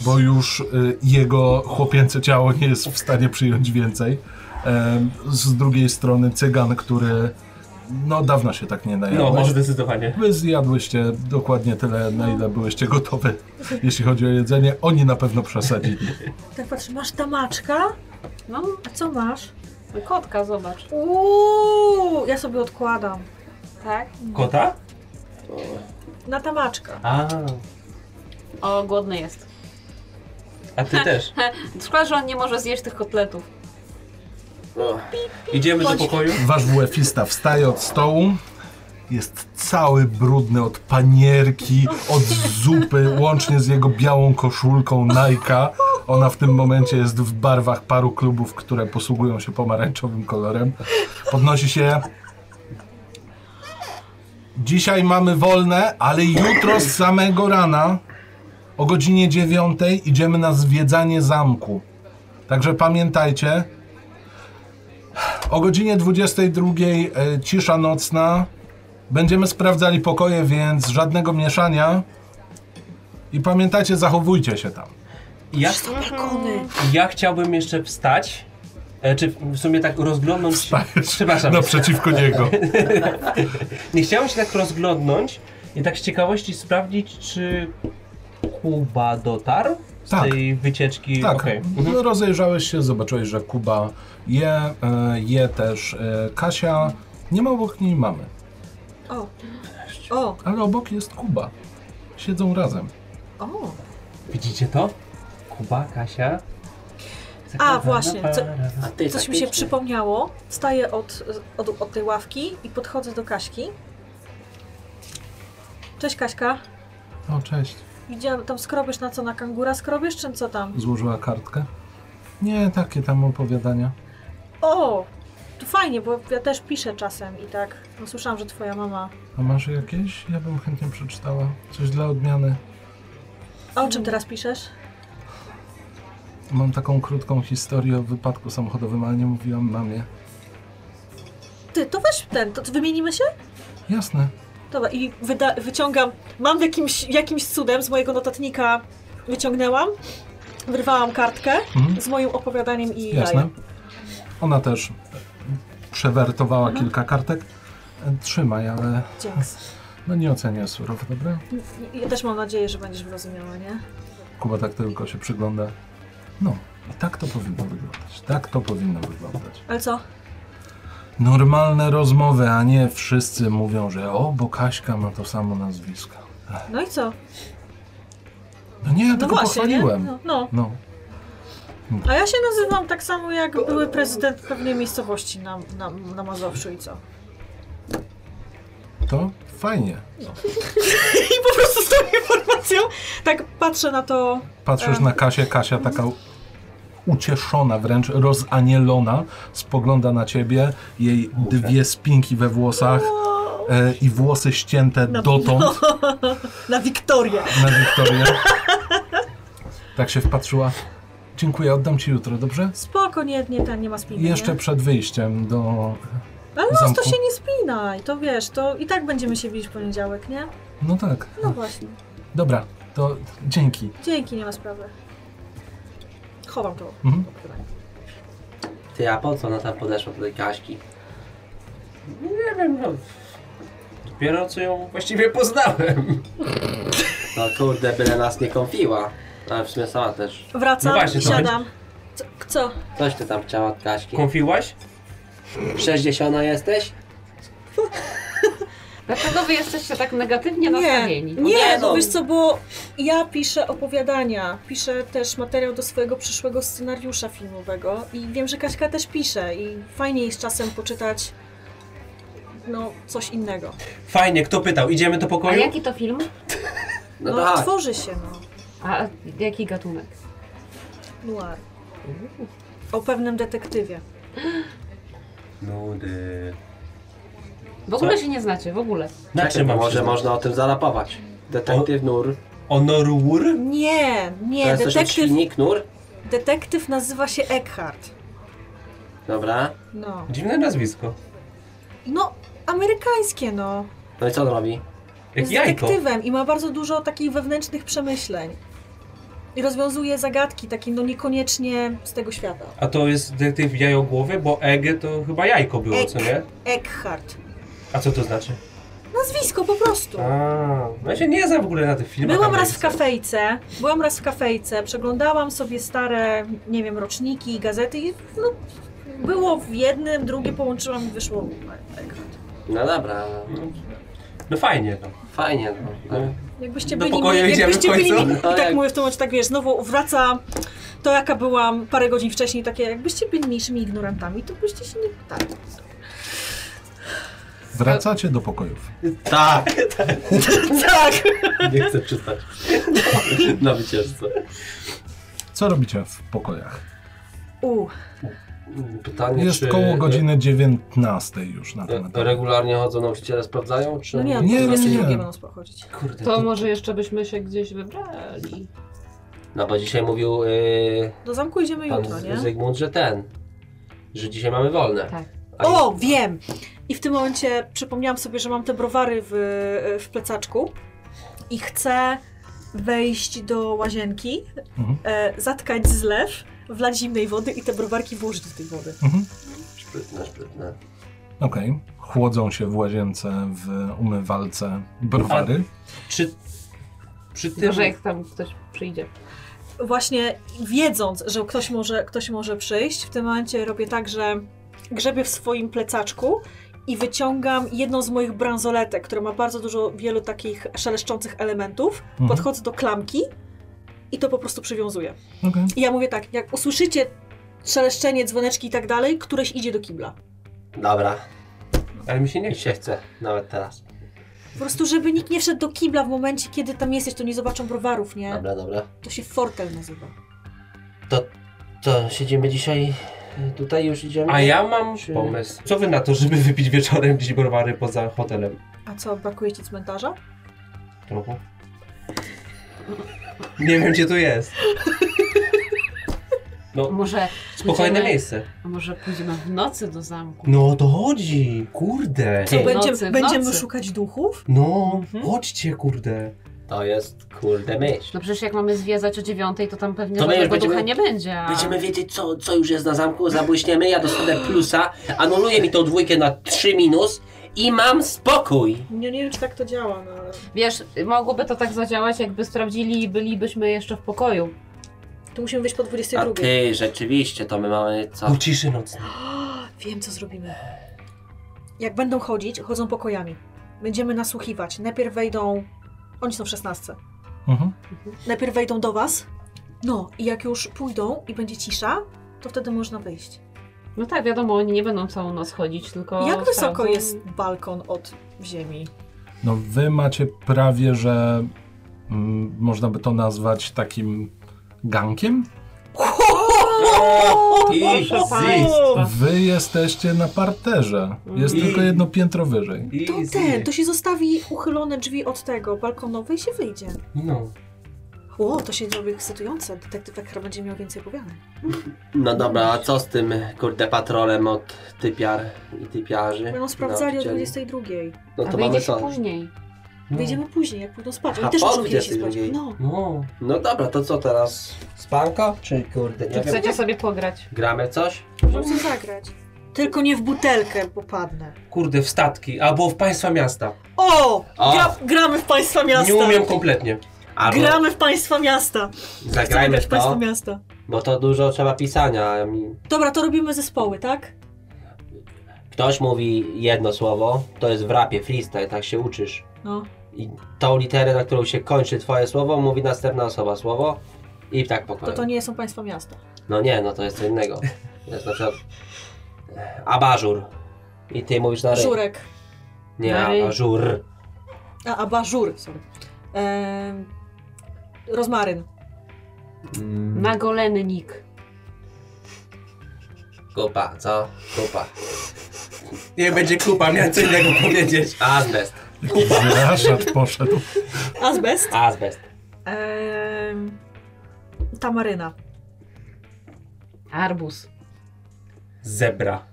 A: bo już y, jego chłopięce ciało nie jest w stanie przyjąć więcej. Em, Z drugiej strony cygan, który no dawno się tak nie najadł.
E: No, może zdecydowanie.
A: Wy zjadłyście dokładnie tyle, na ile byłyście gotowe, jeśli chodzi o jedzenie. Oni na pewno przesadzili.
B: tak patrzę, masz tamaczka?
C: No,
B: A co masz?
C: kotka, zobacz.
B: Uuu, ja sobie odkładam.
C: Tak?
E: Kota?
B: Na tamaczka.
E: A,
C: O, głodny jest.
E: a ty też.
C: Szkoda, że on nie może zjeść tych kotletów.
E: Idziemy do
B: Chodź.
E: pokoju.
A: Wasz WF-ista wstaje od stołu. Jest cały brudny od panierki, od zupy, łącznie z jego białą koszulką Nike. Ona w tym momencie jest w barwach paru klubów, które posługują się pomarańczowym kolorem. Podnosi się. Dzisiaj mamy wolne, ale jutro z samego rana O godzinie 9 idziemy na zwiedzanie zamku. Także pamiętajcie. O godzinie 22 e, cisza nocna. Będziemy sprawdzali pokoje, więc żadnego mieszania. I pamiętajcie, zachowujcie się tam. (laughs)
E: Ja,
B: Są balkony.
E: ja chciałbym jeszcze wstać, e, czy w sumie tak rozglądnąć się... Przepraszam,
A: No Naprzeciwko niego.
E: nie chciałem się tak rozglądnąć i tak z ciekawości sprawdzić, czy Kuba dotarł z
A: Tak.
E: tej wycieczki.
A: Tak,
E: Okej.
A: no, rozejrzałeś się, zobaczyłeś, że Kuba je, e, je też e, Kasia. Nie ma obok niej mamy,
B: O. O.
A: ale obok jest Kuba. Siedzą razem.
B: O.
E: Widzicie to? Kuba, Kasia.
B: A, właśnie, co-
D: A ty,
B: Coś
D: tak
B: mi się
D: pięknie.
B: przypomniało. Wstaję od, od, od tej ławki i podchodzę do Kaśki. Cześć Kaśka.
A: O, cześć.
B: Widziałam, tam skrobiesz na co? Na kangura skrobiesz, czy co tam?
A: Złożyła kartkę. Nie, takie tam opowiadania.
B: O! To fajnie, bo ja też piszę czasem i tak. No, słyszałam, że twoja mama.
A: A masz jakieś? Ja bym chętnie przeczytała. Coś dla odmiany.
B: A o czym teraz piszesz?
A: Mam taką krótką historię o wypadku samochodowym, ale nie mówiłam mamie.
B: Ty, to weź ten, to wymienimy się?
A: Jasne.
B: Dobra, i wyda- wyciągam. Mam jakimś, jakimś cudem z mojego notatnika wyciągnęłam, wyrwałam kartkę
A: Mhm.
B: z moim opowiadaniem i
A: Jasne.
B: daję.
A: Ona też przewertowała
B: Mhm.
A: kilka kartek. E, Trzymaj, ale
B: Dzięki.
A: no nie ocenię surowo, dobra?
B: Ja też mam nadzieję, że będziesz wyrozumiała, nie?
A: Kuba tak tylko się przygląda. No, i tak to powinno wyglądać. Tak to powinno wyglądać.
B: Ale co?
A: Normalne rozmowy, a nie wszyscy mówią, że o, bo Kaśka ma to samo nazwisko. Ech.
B: No i co?
A: No nie, ja
B: No
A: tylko
B: nie?
A: pochwaliłem. Mhm.
B: No, no.
A: No.
B: A ja się nazywam tak samo jak były prezydent pewnej miejscowości na, na, na Mazowszu i co?
A: to fajnie.
B: No. I po prostu z tą informacją tak patrzę na to.
A: Patrzysz
B: Em.
A: na Kasię, Kasia taka ucieszona, wręcz rozanielona, spogląda na ciebie, jej dwie spinki we włosach
B: O,
A: e, i włosy ścięte
B: Na-
A: dotąd
B: na Wiktorię.
A: na Wiktorię. Tak się wpatrzyła. Dziękuję, oddam ci jutro, dobrze?
B: Spoko, nie, nie, ten nie ma spiny.
A: Jeszcze
B: nie?
A: przed wyjściem do...
B: Ale no,
A: zamku.
B: to się nie spinaj, to wiesz, to i tak będziemy się widzieć w poniedziałek, nie?
A: No tak.
B: No właśnie.
A: Dobra, to dzięki.
B: Dzięki, nie ma sprawy. Chowam to.
A: Mhm.
D: Ty, a po co ona tam podeszła do tej Kaśki?
E: Nie wiem, no. Dopiero co ją właściwie poznałem.
D: No kurde, byle nas nie kąpiła. Ale w sumie sama też.
B: Wracam,
E: No właśnie, to
B: siadam. Co? co?
D: Coś ty tam chciała od Kaśki.
E: Kąpiłaś?
D: 60 jesteś?
C: Dlaczego wy jesteście tak
B: Nie,
C: negatywnie nastawieni?
B: nie,
D: no.
B: no wiesz co, bo ja piszę opowiadania, piszę też materiał do swojego przyszłego scenariusza filmowego i wiem, że Kaśka też pisze i fajnie jest czasem poczytać no coś innego.
E: Fajnie, kto pytał? Idziemy do
C: A
E: pokoju?
C: jaki to film?
D: No,
B: No,
D: tak.
B: tworzy się, no.
C: A jaki gatunek?
B: Noir. O pewnym detektywie.
D: Nudy.
C: W ogóle
E: Co?
C: się nie znacie, w ogóle.
E: Na
D: Czekaj,
E: czym
D: bo
E: mam
D: może
E: się
D: można o tym zarapować. Detektyw Nur.
E: Honorur?
B: Nie,
D: To
B: nie,
D: jest coś od
B: detektyw,
D: świnik Nur?
B: detektyw nazywa się Eckhart.
D: Dobra.
B: No.
E: Dziwne nazwisko.
B: No, amerykańskie, no.
D: No i co on robi?
E: Jak
B: Jest
E: jajko.
B: detektywem i ma bardzo dużo takich wewnętrznych przemyśleń. I rozwiązuje zagadki takie, no niekoniecznie z tego świata.
E: A to jest detektyw jajogłowy, bo Ege to chyba jajko było, co nie?
B: Eckhart.
E: A co to znaczy?
B: Nazwisko po prostu.
E: A, no ja się nie znam w ogóle na tych filmach.
B: Byłam raz w
E: amerykańskich.
B: kafejce, byłam raz w kafejce, przeglądałam sobie stare, nie wiem, roczniki, gazety i no, było w jednym, drugie połączyłam i wyszło Eckhart.
D: No dobra.
E: No fajnie, no.
D: Fajnie. No.
E: No.
B: Jakbyście
E: Do
B: byli, mi,
E: pokoju idziemy
B: jakbyście
E: w
B: byli
E: końcu?
B: mi, i
D: No
B: tak
D: jak-
B: mówię w tym momencie, tak wiesz, znowu wraca to jaka byłam parę godzin wcześniej, takie jakbyście byli mniejszymi ignorantami, to byście się nie tak. pytali.
A: Wracacie do pokojów.
E: (laughs)
D: Tak,
B: tak!
D: nie chcę czytać. Na wycieczce.
A: Co robicie w pokojach?
B: U.
D: Pytanie,
E: Znaczy,
A: Jest
D: czy
A: koło godziny 19 już na ten
D: e,
A: etap.
D: regularnie chodzą nauczyciele, sprawdzają? Czy...
B: No nie,
A: Nie,
B: nie,
A: nie,
B: nie.
A: nie.
B: drugie będą pochodzić.
D: Kurde,
C: To może jeszcze byśmy się gdzieś wybrali.
D: No bo dzisiaj mówił y,
B: Do zamku idziemy
D: pan
B: jutro, nie?
D: Z- Zygmunt, że ten, że dzisiaj mamy wolne.
C: Tak.
D: A
B: O, wiem! I w tym momencie przypomniałam sobie, że mam te browary w, w plecaczku i chcę wejść do łazienki,
A: Mhm.
B: e, zatkać zlew, wlać zimnej wody i te browarki włożyć do tej wody.
A: Mhm.
D: Szprytne, szprytne.
A: Okej. Chłodzą się w łazience, w umywalce browary.
E: Czy przy tym...
C: Gorzej jak tam ktoś przyjdzie.
B: Właśnie wiedząc, że ktoś może, ktoś może przyjść, w tym momencie robię tak, że grzebię w swoim plecaczku i wyciągam jedną z moich bransoletek, która ma bardzo dużo, wielu takich szeleszczących elementów,
A: Mhm.
B: podchodzę do klamki i to po prostu przywiązuję.
A: Okej.
B: I ja mówię tak, jak usłyszycie szeleszczenie, dzwoneczki i tak dalej, któreś idzie do kibla.
D: Dobra,
E: Ale mi się nie
D: niech
E: chce.
D: się chce, nawet teraz.
B: Po prostu, żeby nikt nie wszedł do kibla w momencie, kiedy tam jesteś, to nie zobaczą browarów, nie?
D: Dobra, dobra.
B: To się fortel nazywa.
D: To siedzimy dzisiaj y, tutaj, już idziemy?
E: A ja mam
D: Czy-
E: pomysł. Co wy na to, żeby wypić wieczorem gdzieś browary poza hotelem?
B: A co, brakuje ci cmentarza?
E: Trochę. Nie wiem, gdzie tu jest. No,
C: Może
E: spokojne
C: będziemy-
E: miejsce.
C: A może pójdziemy w nocy do zamku?
E: No o to chodzi, kurde.
B: Co,
D: Ej,
B: będziemy,
C: nocy, w
B: będziemy
C: nocy.
B: szukać duchów?
E: No,
C: Mhm.
E: chodźcie, kurde.
D: To jest kurde myśl.
C: No przecież jak mamy zwiedzać o dziewiątej, to tam pewnie
D: To my już
C: żadnego
D: będziemy-
C: ducha nie będzie. A...
D: Będziemy wiedzieć, co, co już jest na zamku, zabłyśniemy, ja dostanę plusa, anuluję mi tą dwójkę na 3 minus i mam spokój.
B: Nie, nie wiem, czy tak to działa, no ale...
C: Wiesz, mogłoby to tak zadziałać, jakby sprawdzili i bylibyśmy jeszcze w pokoju.
B: Tu musimy wyjść po
D: A
B: 22.
D: ty, rzeczywiście, to my mamy co?
E: O ciszy nocnej.
B: (gasps) Wiem, co zrobimy. Jak będą chodzić, chodzą pokojami. Będziemy nasłuchiwać. Najpierw wejdą... Oni są w szesnastce.
A: Mhm.
B: Najpierw wejdą do was. No, i jak już pójdą i będzie cisza, to wtedy można wyjść.
C: No tak, wiadomo, oni nie będą całą noc chodzić, tylko...
E: tak.
B: jak wysoko
C: sprawdzą-
B: jest balkon od ziemi?
A: No wy macie prawie, że mm, można by to nazwać takim gankiem.
E: No,
D: I
C: Proszę państwa.
A: Wy jesteście na parterze. Jest
E: Mhm.
A: tylko jedno piętro wyżej.
E: I
B: To ten, to się zostawi uchylone drzwi od tego balkonowe i się wyjdzie.
E: No.
B: Ło, to się robi ekscytujące. Detektyw Ekra będzie miał więcej opowiadań.
D: No dobra, a co z tym kurde patrolem od typiar i typiarzy?
B: Będą sprawdzali o
D: Nauczycieli?
B: 22.
D: No
C: A
D: to mamy
C: wyjdziesz
D: co?
C: później.
E: no.
B: Wyjdziemy później, jak pójdą spać. Oni
D: A,
B: też
D: po
B: muszą kiedyś się
D: 22.
B: spać. No.
E: No.
D: No dobra, to co teraz? Spanko? Czy kurde, nie
C: Czy
D: wiem.
C: chcecie sobie pograć?
D: Gramy coś?
B: No, Muszą sobie zagrać. Tylko nie w butelkę popadnę.
E: Kurde, w statki, albo w państwa miasta.
B: O!
D: O!
B: Gra, gramy w państwa miasta!
E: Nie umiem kompletnie.
D: Albo
B: Gramy w państwa miasta!
D: zagrajmy w
B: w państwa
D: to,
B: miasta.
D: bo to dużo trzeba pisania. a mi-
B: Dobra, to robimy zespoły, tak?
D: Ktoś mówi jedno słowo, to jest w rapie, freestyle, tak się uczysz.
B: No.
D: I tą literę, na którą się kończy twoje słowo, mówi następna osoba słowo i tak po
B: To
D: kolei.
B: to nie są państwa miasta.
D: No nie, no to jest co innego. To Jest na przykład e, abażur. I ty mówisz na ry.
B: Żurek.
D: Nie,
C: Na ry.
D: abażur.
B: A, abażur, sorry. Em, rozmaryn.
E: Mm.
D: Mm.
C: Na golennik.
D: Kupa, co? Kupa.
E: (laughs) Nie będzie kupa, miałem co innego powiedzieć.
D: Azbest.
A: Jakiś wyrażacz poszedł.
B: Azbest.
D: Azbest.
B: Em, tamaryna.
C: Arbus.
E: Zebra.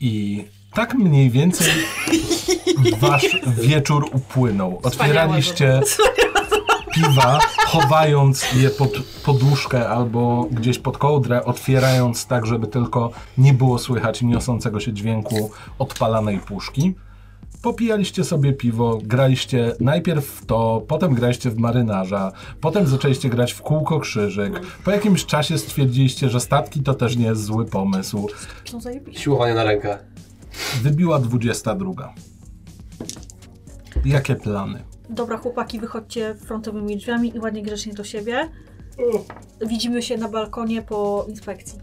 A: I tak mniej więcej wasz wieczór upłynął. Otwieraliście piwa, chowając je pod poduszkę albo gdzieś pod kołdrę, otwierając tak, żeby tylko nie było słychać niosącego się dźwięku odpalanej puszki. Popijaliście sobie piwo, graliście najpierw w to, potem graliście w marynarza, potem zaczęliście grać w kółko krzyżyk. Po jakimś czasie stwierdziliście, że statki to też nie jest zły pomysł.
B: Są zajebiście.
D: Siłowanie na rękę.
A: Wybiła 22. Jakie plany? (laughs)
B: Dobra, chłopaki, wychodźcie frontowymi drzwiami i ładnie grzecznie do siebie. Widzimy się na balkonie po inspekcji.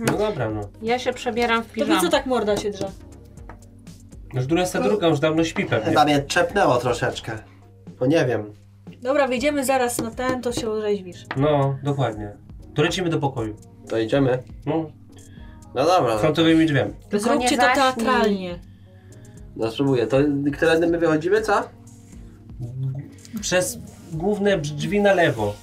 E: No dobra, no.
C: Mhm. Ja się przebieram w
B: To widzę,
C: piżamę.
B: co tak morda się drze.
E: Już druga druga już dawno śpi pewnie.
D: mnie czepnęło troszeczkę. Bo nie wiem.
B: Dobra, wyjdziemy zaraz na ten, to się orzeźwisz.
E: No, dokładnie. To lecimy do pokoju.
D: To idziemy.
E: No.
D: No dobra.
E: frontowymi drzwiami.
C: Tylko nie
B: Zróbcie to
C: zaśnij.
B: teatralnie.
D: No spróbuję. To którędy my wychodzimy, co?
E: Przez główne drzwi na lewo.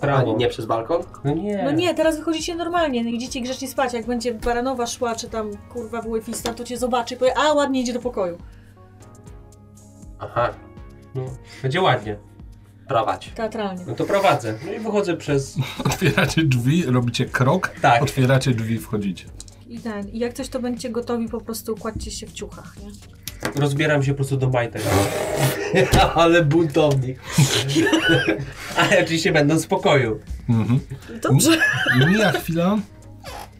E: Prawo.
D: A, nie przez balkon?
E: No nie.
B: No nie, teraz wychodzicie normalnie, no idziecie grzecznie spać. Jak będzie Baranowa szła, czy tam kurwa Wyłefista, to cię zobaczy i powie, a ładnie idzie do pokoju.
D: Aha,
E: No. Będzie ładnie.
D: prowadź.
B: Teatralnie.
E: No to prowadzę. No i wychodzę przez...
A: Otwieracie drzwi, robicie krok,
E: Tak.
A: otwieracie drzwi, wchodzicie.
B: I ten, i jak coś to będziecie gotowi, po prostu kładźcie się w ciuchach, nie?
E: Rozbieram się po prostu do majtek.
D: (laughs) Ale buntownik.
E: Ale oczywiście będąc w pokoju.
A: Mhm.
B: Dobrze.
A: Mija chwila,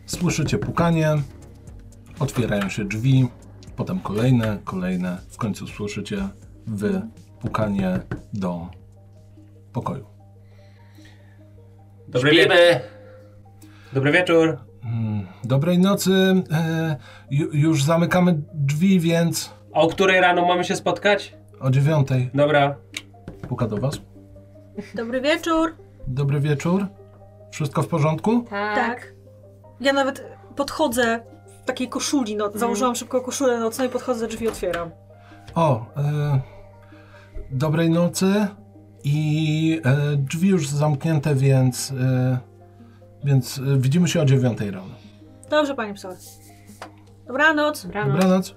A: słyszycie pukanie, otwierają się drzwi, potem kolejne, kolejne. W końcu słyszycie wy pukanie do pokoju.
E: Dobry, wie...
D: Śpimy.
E: Dobry wieczór.
A: Mm, Dobrej nocy, e, ju- już zamykamy drzwi, więc
E: A o której rano mamy się spotkać?
A: o dziewiątej
E: Dobra.
A: puka do was.
B: Dobry wieczór.
A: Dobry wieczór, wszystko w porządku?
C: Tak.
B: Tak. Ja nawet podchodzę w takiej koszuli,
E: Mhm.
B: no, założyłam szybko koszulę nocną i podchodzę, drzwi otwieram.
A: O, e, dobrej nocy i e, drzwi już zamknięte, więc, e, więc e, widzimy się o dziewiątej rano.
B: Dobrze, panie psowie. Dobranoc.
C: Dobranoc.
A: Dobranoc.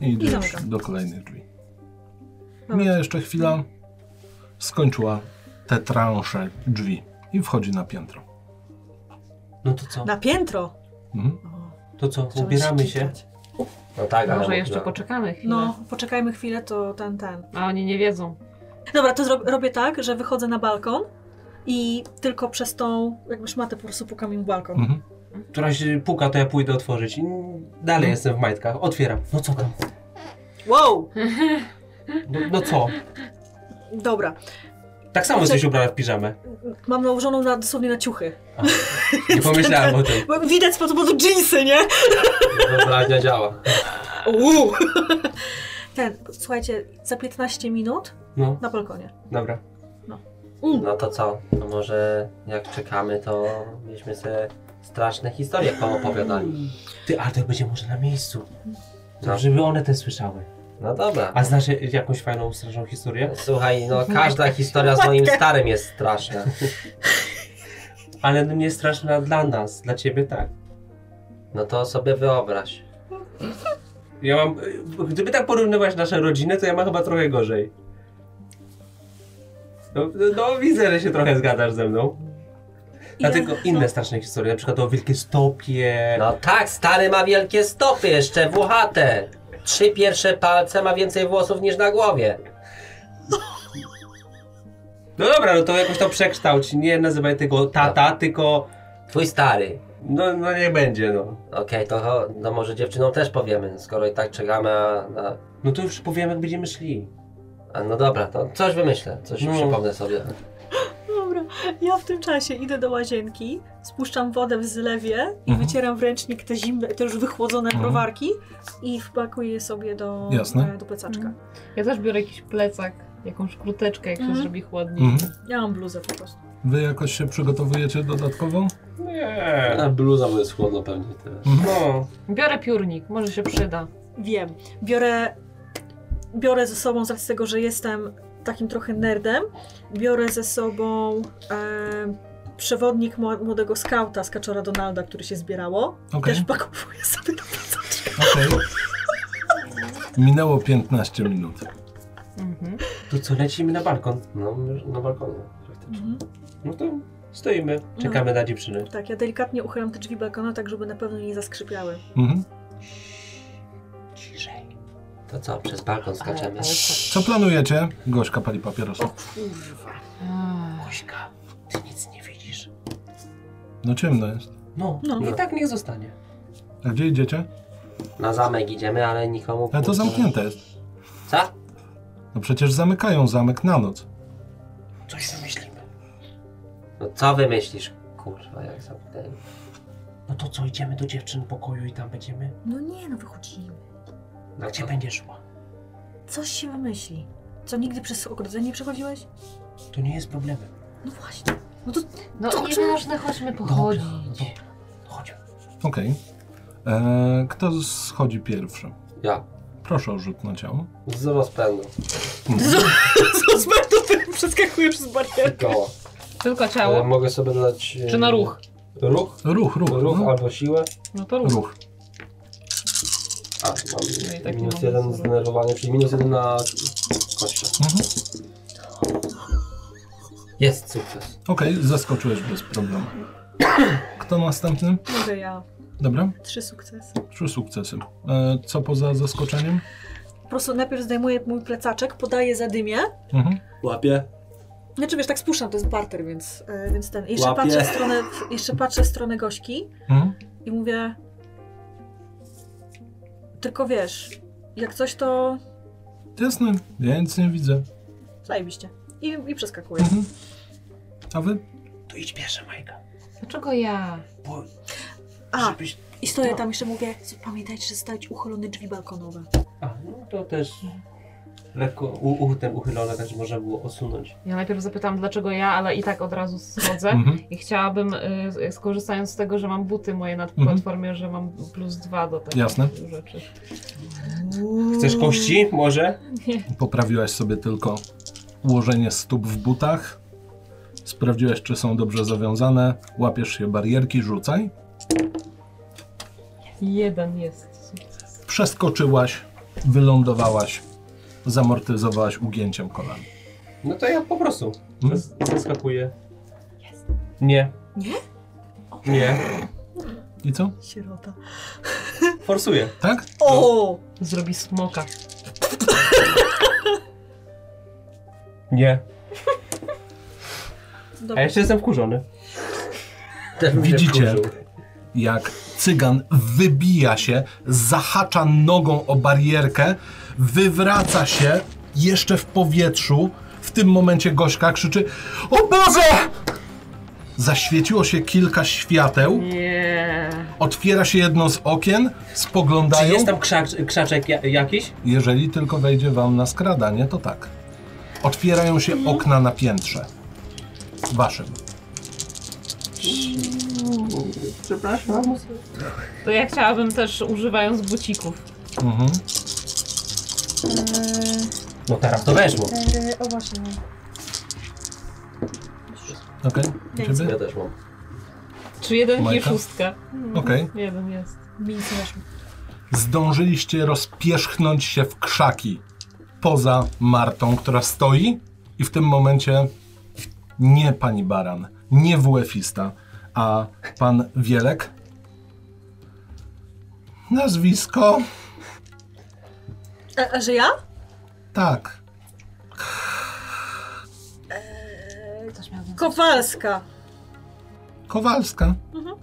A: I idziesz
B: zamykam.
A: do kolejnych drzwi.
B: Dobra.
A: Mija jeszcze chwila. Skończyła te transze drzwi i wchodzi na piętro.
E: No to co?
B: Na piętro.
A: Mhm.
E: To co?
B: Trzeba
E: Ubieramy się.
B: ścigać.
D: No tak, ale...
C: Może jeszcze
D: no.
C: poczekamy chwilę.
B: No, poczekajmy chwilę, to ten, ten.
C: A oni nie wiedzą.
B: Dobra, to zro- robię tak, że wychodzę na balkon i tylko przez tą jakby szmatę po prostu pukam im w balkon.
A: Mhm.
E: Któraś puka, to ja pójdę otworzyć. I
B: No.
E: Dalej jestem w majtkach. Otwieram. No co tam?
B: Wow!
E: No, no co?
B: Dobra,
E: Tak samo
B: Znaczy-
E: jesteś ubrana w piżamę.
B: mam nałożoną na, dosłownie na ciuchy.
E: Nie pomyślałem o tym.
B: Bo Widać po prostu dżinsy, nie?
D: Wyobraźnia działa.
B: Uuu! (laughs) Ten, słuchajcie, za 15 minut
E: No,
B: na balkonie.
E: dobra.
D: No to co? No może jak czekamy, to byśmy sobie straszne historie poopowiadali.
E: Ty, ale to będzie może na miejscu.
D: No.
E: No. Żeby one te słyszały.
D: No dobra.
E: A znasz jakąś fajną, straszną historię?
D: Słuchaj, no każda historia z moim starym jest straszna.
E: Ale no nie straszna dla nas, dla ciebie tak.
D: No to sobie wyobraź.
E: Ja mam... Gdyby tak porównywać nasze rodziny, to ja mam chyba trochę gorzej. No, no, no widzę, że się trochę zgadasz ze mną. Dlatego inne straszne historie, na przykład o wielkie stopie.
D: No tak, stary ma wielkie stopy, jeszcze włochate. Trzy pierwsze palce ma więcej włosów niż na głowie.
E: No dobra, no to jakoś to przekształć. Nie nazywaj tego tata, tylko...
D: Twój stary.
E: No, no nie będzie, no.
D: Okej, to, cho- no może dziewczynom też powiemy, skoro i tak czekamy, a, a,
E: No to już powiem, jak będziemy szli.
D: a no dobra, to coś wymyślę, coś
E: No.
D: przypomnę sobie.
B: Dobra, ja w tym czasie idę do łazienki, spuszczam wodę w zlewie i
A: Mhm.
B: wycieram w ręcznik te zimne, te już wychłodzone
A: Mhm.
B: browarki i wpakuję je sobie do,
A: Jasne. Mhm.
B: e, do plecaczka.
C: Ja też biorę jakiś plecak, jakąś kurteczkę, jak się
B: Mhm.
C: zrobi chłodniej.
A: Mhm.
B: Ja mam bluzę po prostu.
A: Wy jakoś się przygotowujecie dodatkowo?
D: No
E: Nie.
D: bluza bo jest chłodno pewnie teraz.
A: Mhm.
E: No.
C: Biorę piórnik, może się przyda.
B: Wiem. Biorę, biorę ze sobą, z racji tego, że jestem takim trochę nerdem, biorę ze sobą e, przewodnik mła- młodego skauta z Kaczora Donalda, który się zbierało.
A: Okej,
B: Też pakowuję sobie do plecaczka.
A: okej. Minęło 15 minut.
C: Mhm.
E: To co, lecimy na balkon?
D: No, na balkonie. faktycznie.
B: Mhm.
E: No to stoimy,
C: No.
E: czekamy na dziewczyny.
B: Tak, ja delikatnie uchylam te drzwi balkonu, tak żeby na pewno nie zaskrzypiały.
A: Mhm.
E: Ciszej.
D: To co, przez balkon
C: Ale,
D: skaczemy?
C: ale co?
A: Co planujecie? Gośka pali papierosa.
C: Ach,
E: Ośka, ty nic nie widzisz.
A: No ciemno jest.
E: No,
B: No.
E: i tak niech zostanie.
A: A gdzie idziecie?
D: Na zamek idziemy, ale nikomu...
A: Ale to zamknięte jest.
D: Co?
A: No przecież zamykają zamek na noc.
E: Coś wymyślimy.
D: No co wymyślisz? Kurwa, jak zamknęli.
E: No to co, idziemy do dziewczyn pokoju i tam będziemy?
B: No nie, no wychodzimy.
D: No
E: Gdzie
D: to-
E: będzie szła?
B: Coś się wymyśli. Co, nigdy przez ogrodzenie nie przechodziłeś?
E: To nie jest problemem.
B: No (laughs) właśnie. No to
C: no
B: Dobrze.
C: nieważne, chodźmy
E: Dobra,
C: pochodzić.
E: no dobra. Chodźmy.
A: Okej. E, kto schodzi pierwszy?
D: Ja.
A: Proszę o rzut na ciało.
D: Z rozpędu.
B: Co z bardą przeskakuje przez barierę?
D: Koło.
C: Tylko
D: E,
C: ciało.
D: mogę sobie dodać... e,
C: Czy na ruch?
D: Ruch?
A: Ruch, ruch.
D: Ruch
A: no.
D: albo siłę.
C: No to ruch.
A: ruch.
D: A,
C: No i
D: mam
C: tak nie
D: minus
C: mogę
D: jeden
C: zrobić.
D: zdenerwowanie, czyli minus jeden na kościa.
A: Mhm.
D: Jest sukces.
A: Okej, zaskoczyłeś bez problemu. (coughs) Kto następny?
B: Mogę ja.
A: Dobra,
B: Trzy sukcesy.
A: trzy sukcesy. E, co poza zaskoczeniem?
B: Po prostu najpierw zdejmuję mój plecaczek, podaję zadymie.
A: Mhm.
D: Łapie.
B: Znaczy wiesz, tak spuszczam, to jest barter, więc, e, więc ten. Jeszcze
D: Łapie.
B: patrzę, w stronę, jeszcze patrzę w stronę gośki
A: Mhm.
B: i mówię... Tylko wiesz, jak coś to
A: Jasne, ja nic nie widzę.
B: zajebiście. I, i przeskakuję.
A: Mhm. A wy?
E: To idź pierwszy, Majka.
C: Dlaczego ja?
E: Bo,
B: A,
E: żebyś...
B: i stoję tam jeszcze mówię, pamiętajcie, że stać uchylone drzwi balkonowe.
E: A, no to też lekko u, u, ten uchylone też można było osunąć.
C: Ja najpierw zapytałam, dlaczego ja, ale i tak od razu schodzę.
A: Mhm.
C: I chciałabym, y, skorzystając z tego, że mam buty moje na
A: Mhm.
C: platformie, że mam plus dwa do tego.
A: Jasne.
C: Rzeczy.
E: Chcesz kości? Może?
A: Poprawiłaś sobie tylko ułożenie stóp w butach. Sprawdziłaś, czy są dobrze zawiązane. Łapiesz się barierki, rzucaj.
C: Jeden jest. Sukces.
A: Przeskoczyłaś, wylądowałaś, zamortyzowałaś ugięciem kolan.
E: No to ja po prostu
A: Mhm.
E: zas- zaskakuję. Nie.
B: Nie?
E: Nie.
A: I co?
B: Sierota.
E: Forsuję.
A: Tak?
D: No.
B: O!
C: Zrobi smoka.
E: Nie. A
B: Dobra.
E: jeszcze jestem wkurzony.
D: Też bym się
A: Widzicie,
D: wkurzył.
A: jak cygan wybija się, zahacza nogą o barierkę, wywraca się jeszcze w powietrzu. W tym momencie Gośka krzyczy: O Boże! Zaświeciło się kilka świateł,
C: Nie.
A: otwiera się jedno z okien,
E: Czy
A: spoglądają.
E: jest tam krzak, krzaczek ja, jakiś?
A: Jeżeli tylko wejdzie wam na skradanie, to tak. Otwierają się okna na piętrze. Waszym.
E: Przepraszam.
C: To ja chciałabym też używając bucików.
A: Mhm.
E: No teraz to weszło.
B: o właśnie.
A: Okej, u
B: Więc-
A: ciebie?
D: Ja też mam.
C: Czy jeden i
A: Majka?
C: szóstka?
A: Okej.
C: Jeden jest.
B: Mi nic nie weszło.
A: zdążyliście rozpierzchnąć się w krzaki poza Martą, która stoi i w tym momencie nie pani Baran, nie WF-ista, a pan Wielek. Nazwisko?
B: A, a że ja?
A: Tak.
C: Ktoś miał więcej.
B: Kowalska.
A: Kowalska.
B: Mhm.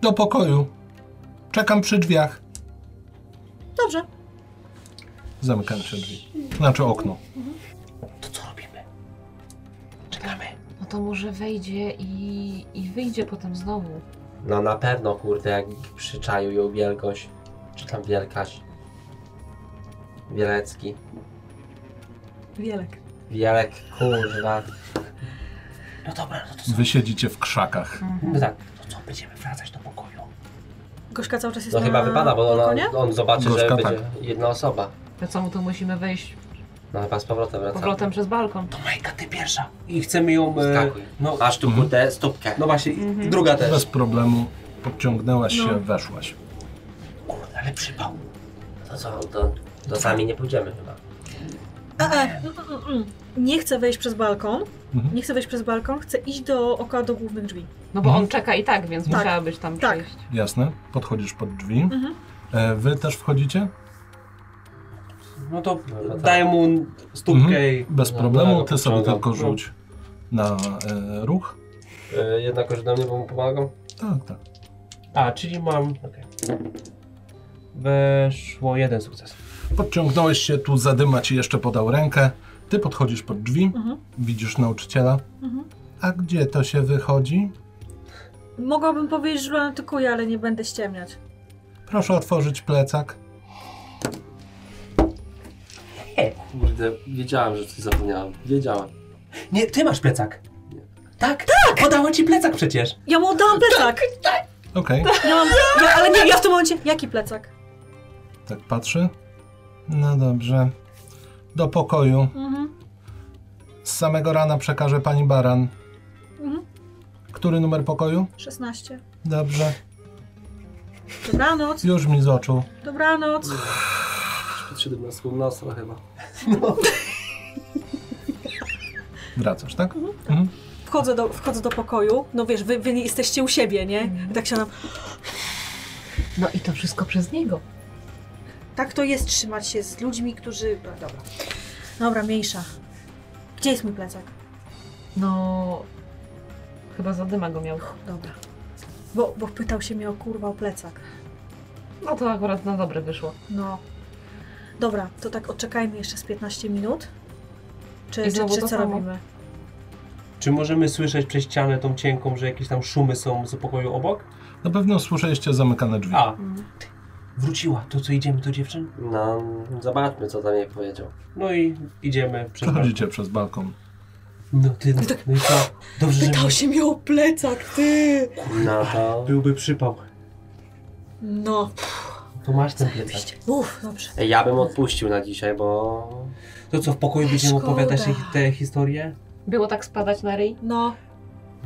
A: Do pokoju. Czekam przy drzwiach.
B: Dobrze.
A: Zamykam się drzwi. Znaczy okno.
E: To co robimy? Czekamy.
C: No to może wejdzie i, i wyjdzie potem znowu.
D: No na pewno, kurde, jak przyczaił ją wielkość. Czy tam wielkaś. Wielecki.
B: Wielek.
D: Wielek, kurwa.
E: No dobra, no to co?
A: Wy siedzicie w krzakach.
E: No tak, to co? Będziemy wracać do pokoju.
B: Gośka cały czas jest
D: No
B: na
D: chyba wypada, bo on,
B: balkonie?
D: on zobaczy,
A: Gorzka,
D: że będzie jedna osoba.
C: To co mu to musimy wejść
D: No chyba z powrotem wraca.
C: powrotem przez balkon?
E: To Majka, ty pierwsza. I chcemy ją... E,
D: Skakuj.
E: no,
D: Aż Tak, tu, kurde, stópkę.
E: no właśnie, i
B: Mhm.
E: druga
A: Bez
E: też.
A: problemu podciągnęłaś się,
B: No.
A: weszłaś.
E: Kurde, ale przypał.
D: To co, to, to sami nie pójdziemy chyba.
B: E, e, mm, mm, mm. Nie chcę wejść przez balkon.
A: Mhm.
B: Nie chcę wejść przez balkon. Chcę iść do oka do głównych drzwi.
C: No bo
A: Mhm.
C: on czeka i tak, więc
B: Tak.
C: musiała być tam
B: Tak.
C: przejść.
A: Jasne, podchodzisz pod drzwi.
B: Mhm.
A: E, Wy też wchodzicie?
E: No to
D: No to tak.
E: daj mu stópkę i...
A: Mhm. Bez
D: No,
A: problemu,
D: ja go
A: ty sobie
D: podciągam.
E: no.
A: tylko rzuć na e, ruch.
D: Yy, jednakoż do mnie, bo mu pomagam.
A: Tak, tak.
E: A, czyli mam... okej. Weszło jeden sukces.
A: Podciągnąłeś się, tu zadyma ci jeszcze podał rękę. Ty podchodzisz pod drzwi,
B: Mhm.
A: widzisz nauczyciela.
B: Mhm.
A: A gdzie to się wychodzi?
B: Mogłabym powiedzieć, że antykuję, ale nie będę ściemniać.
A: Proszę otworzyć plecak.
D: Kurde, wiedziałem, że coś zapomniałem. Wiedziałem.
E: Nie, ty masz plecak. Tak? Tak! Podała ci plecak przecież.
B: Ja mu oddałam plecak!
A: Okej,
B: Ja mam, ja, ale nie, ja w tym momencie... Jaki plecak?
A: tak patrzy. No dobrze. Do pokoju.
B: Mhm.
A: Z samego rana przekażę pani Baran.
B: Mhm.
A: Który numer pokoju?
B: 16.
A: Dobrze.
B: Dobranoc,
A: Już mi z oczu.
B: dobranoc.
D: Przed 17 nosra chyba.
A: Wracasz, tak? Mhm.
B: Wchodzę do, wchodzę do pokoju, no wiesz, wy, wy nie jesteście u siebie, nie? I tak się nam...
C: No i to wszystko przez niego.
B: Tak to jest trzymać się z ludźmi, którzy... no, Dobra. Dobra, mniejsza. Gdzie jest mój plecak?
C: No... Chyba zadyma go miał.
B: Dobra. Bo, bo pytał się mnie o kurwa o plecak.
C: No to akurat na dobre wyszło.
B: No. Dobra, to tak odczekajmy jeszcze z 15 minut. Czy,
C: I
B: czy,
C: znowu
B: czy
C: to
B: co
C: samo.
B: robimy?
E: Czy możemy słyszeć przez ścianę tą cienką, że jakieś tam szumy są z pokoju obok?
A: Na pewno słyszeliście zamykane drzwi.
E: A,
B: Mm.
E: wróciła. To co, idziemy do dziewczyn?
D: No, zobaczmy co tam jej powiedział.
E: No i idziemy przez balkon.
A: Przechodzicie przez balkon.
E: No ty, no, no i co? Dobrze, że
B: Pytał się mnie o plecak, ty!
D: No to... (laughs)
E: byłby przypał.
B: No,
E: To masz ten plecak.
B: zajebiście. Uff, dobrze.
D: Ej, Ja bym odpuścił na dzisiaj, bo...
E: To co, w pokoju będziemy
B: Szkoda.
E: opowiadać te- te historie?
C: Było tak spadać na ryj?
B: No,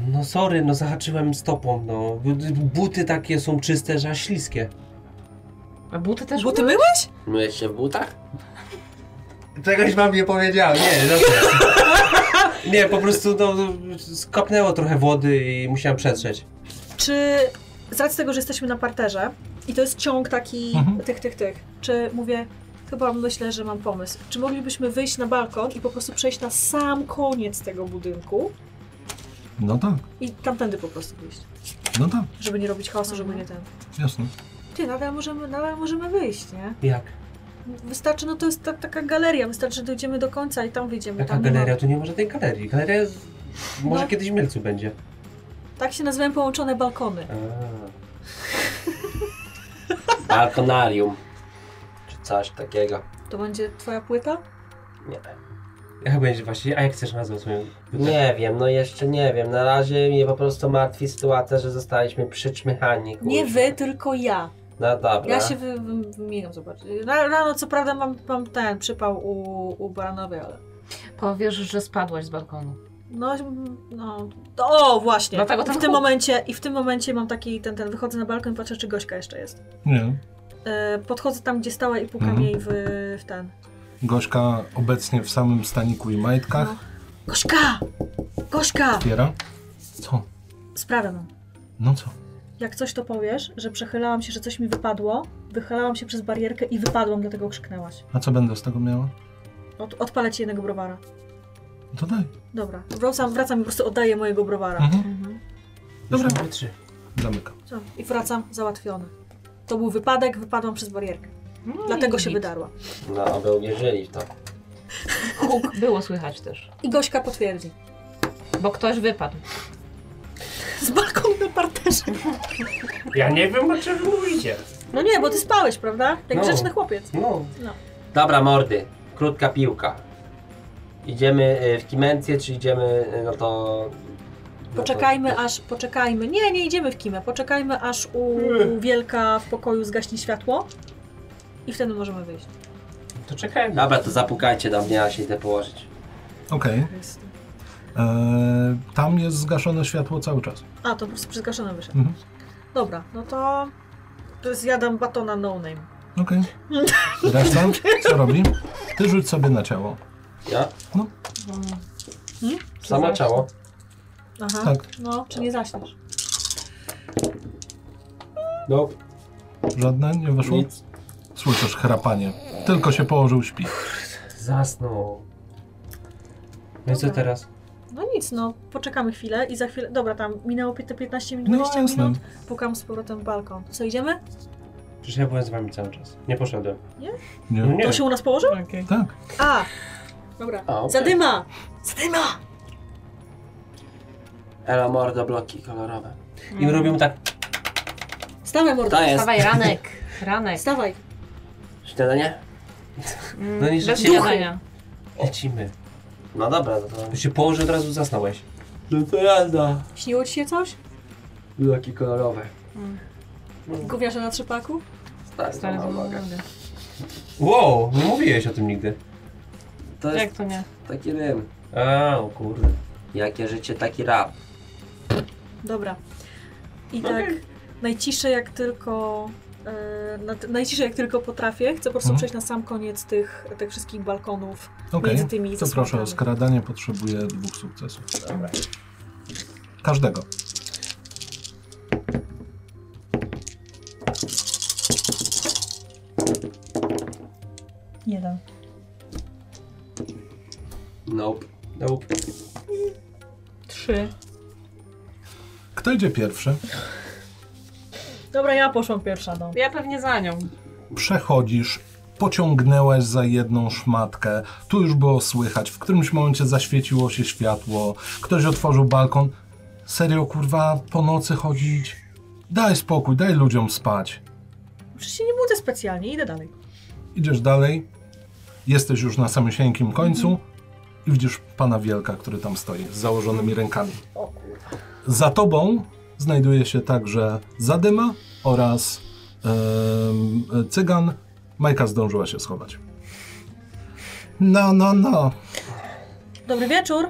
E: No sorry, no zahaczyłem stopą, no. Buty takie są czyste, że aż śliskie.
C: A buty też
B: bo ty
C: były?
B: myłeś?
D: Myjesz się w butach?
E: Czegoś wam nie powiedziałem, nie, dobra. (laughs) Nie, po prostu no, skapnęło trochę wody i musiałem przetrzeć.
B: Czy z racji tego, że jesteśmy na parterze i to jest ciąg taki
A: Mhm.
B: tych, tych, tych, czy mówię, chyba myślę, że mam pomysł. Czy moglibyśmy wyjść na balkon i po prostu przejść na sam koniec tego budynku
A: No tak,
B: i tamtędy po prostu wyjść,
A: no tak,
B: żeby nie robić chaosu, żeby
C: Mhm.
B: nie ten...
A: jasne.
B: Ty, nadal możemy, nadal możemy wyjść, nie?
E: Jak?
B: Wystarczy, no to jest ta, taka galeria, wystarczy, że dojdziemy do końca i tam wyjdziemy. No
E: Jaka
B: tam nie ma-
E: galeria? Tu nie ma żadnej galerii. Galeria z... może
B: No.
E: kiedyś w Mielcu będzie.
B: Tak się nazywają połączone balkony.
D: Balkonarium. Czy coś takiego.
B: To będzie twoja płyta?
D: Nie wiem.
E: Jak będzie właśnie, a jak chcesz nazwać swoją płytę?
D: Nie wiem, no jeszcze nie wiem. Na razie mnie po prostu martwi sytuacja, że zostaliśmy przyczmychani. kurczę.
B: Nie wy, tylko ja.
D: No dobra.
B: Ja się wy, wy, wymieniam, zobacz. Ra- Rano, no, co prawda, mam, mam ten przypał u, u Baranowej, ale...
C: Powiesz, że spadłaś z balkonu.
B: No, mm, no... to- O, właśnie!
C: Dlatego ten
B: I w tym
C: huk.
B: momencie, i w tym momencie mam taki ten, ten, wychodzę na balkon i patrzę, czy Gośka jeszcze jest.
A: Nie.
B: E, podchodzę tam, gdzie stała i pukam
A: Mhm.
B: jej w, w ten...
A: Gośka obecnie w samym staniku i majtkach.
B: No. Gośka! Gośka!
A: Otwiera. Co?
B: Sprawę mam.
A: No co?
B: Jak coś to powiesz, że przechylałam się, że coś mi wypadło, wychylałam się przez barierkę i wypadłam, dlatego krzyknęłaś.
A: A co będę z tego miała?
B: Od, odpalę ci jednego browara.
A: To daj.
B: Dobra, wracam, wracam i po prostu oddaję mojego browara.
A: Mhm.
C: Mhm.
A: Dobra.
E: Już mamy trzy.
A: Zamykam.
B: Co? I wracam załatwiony. To był wypadek, wypadłam przez barierkę.
C: No
B: Dlatego
C: i
B: się
C: git.
B: wydarła.
D: No, aby uwierzyli w to.
C: Huk było słychać też.
B: I Gośka potwierdzi.
C: Bo ktoś wypadł.
B: Z balkonu na parterze.
E: Ja nie wiem, o czym wy mówicie.
B: No nie, bo ty spałeś, prawda? Jak
E: No.
B: grzeczny chłopiec.
E: No,
D: Dobra, mordy. Krótka piłka. Idziemy y, w Kimencję, czy idziemy, y, no to... no to-
B: Poczekajmy aż, poczekajmy. Nie, nie idziemy w kimę. Poczekajmy aż u, u Wielka w pokoju zgaśnie światło. I wtedy możemy wyjść.
E: to czekajmy.
D: Dobra, to zapukajcie do mnie, ja się idę położyć.
A: Okej.
B: Jest.
A: Eee, tam jest zgaszone światło cały czas.
B: A, to po prostu przyzgaszony wyszedł.
A: Mhm.
B: Dobra, no to zjadam batona no name.
A: Okej. Reszta? Co robi? Ty rzuć sobie na ciało.
D: Ja?
A: No.
B: Hmm?
D: Sama ciało.
B: Aha.
A: Tak.
B: No, czy nie zaśniesz?
D: No,
A: Żadne? Nie weszło?
D: nic.
A: Słyszysz chrapanie. Tylko się położył, śpi.
D: Zasnął.
E: No i co
B: Dobra.
E: teraz?
B: No nic, no, poczekamy chwilę i za chwilę. Dobra, tam minęło pię- te 15 minut,
A: No,
B: 20
A: jasne.
B: minut. Pukam z powrotem w balkon. Co idziemy?
E: Przecież ja byłem z wami cały czas. Nie poszedłem. No
A: Nie.
E: nie.
B: To się u nas położył?
A: Tak.
B: A! Dobra.
D: A, okej.
B: Zadyma! Zadyma!
D: Elo, mordo, bloki kolorowe.
E: I robimy tak.
B: Stawaj, mordo.
D: To jest.
C: Dawaj, ranek. Ranek.
B: Stawaj.
D: Śniadanie?
C: Mm,
E: No nie
C: Bez
E: życie.
C: śniadania.
E: Lecimy.
D: No dobra, no to...
E: To się położy, od razu zasnąłeś.
D: No to jazda.
B: Śniło ci się coś?
D: Bloki kolorowe.
B: Gówniarze na trzepaku?
D: Stary,
C: Stary
D: złamał
C: złamał
D: nogę.
C: nogę.
E: Wow, nie mówiłeś o tym nigdy.
D: To
C: Jak
D: jest
C: to nie?
D: taki rym.
E: A, o kurde.
D: Jakie życie, taki rap.
B: Dobra. I tak najciszej jak tylko. e, na- najciszej jak tylko potrafię. Chcę po prostu
A: Mhm.
B: przejść na sam koniec tych, tych wszystkich balkonów
A: Okej,
B: między tymi
A: to proszę o
B: zasłonkami.
A: skradanie, potrzebuję dwóch sukcesów. Każdego.
B: Jeden.
D: Nope.
E: Nope.
B: Trzy.
A: Kto idzie pierwszy?
B: Dobra, ja poszłam pierwsza, no.
C: Ja pewnie za nią.
A: przechodzisz, pociągnęłaś za jedną szmatkę, tu już było słychać, w którymś momencie zaświeciło się światło, ktoś otworzył balkon. Serio, kurwa, po nocy chodzić? Daj spokój, daj ludziom spać.
B: Przecież się nie budzę specjalnie, idę dalej.
A: Idziesz dalej, jesteś już na samysieńkim końcu i widzisz pana Wielka, który tam stoi z założonymi rękami.
B: O kurwa.
A: Za tobą znajduje się także Zadyma oraz em, Cygan. Majka zdążyła się schować. No, no, no.
B: Dobry wieczór.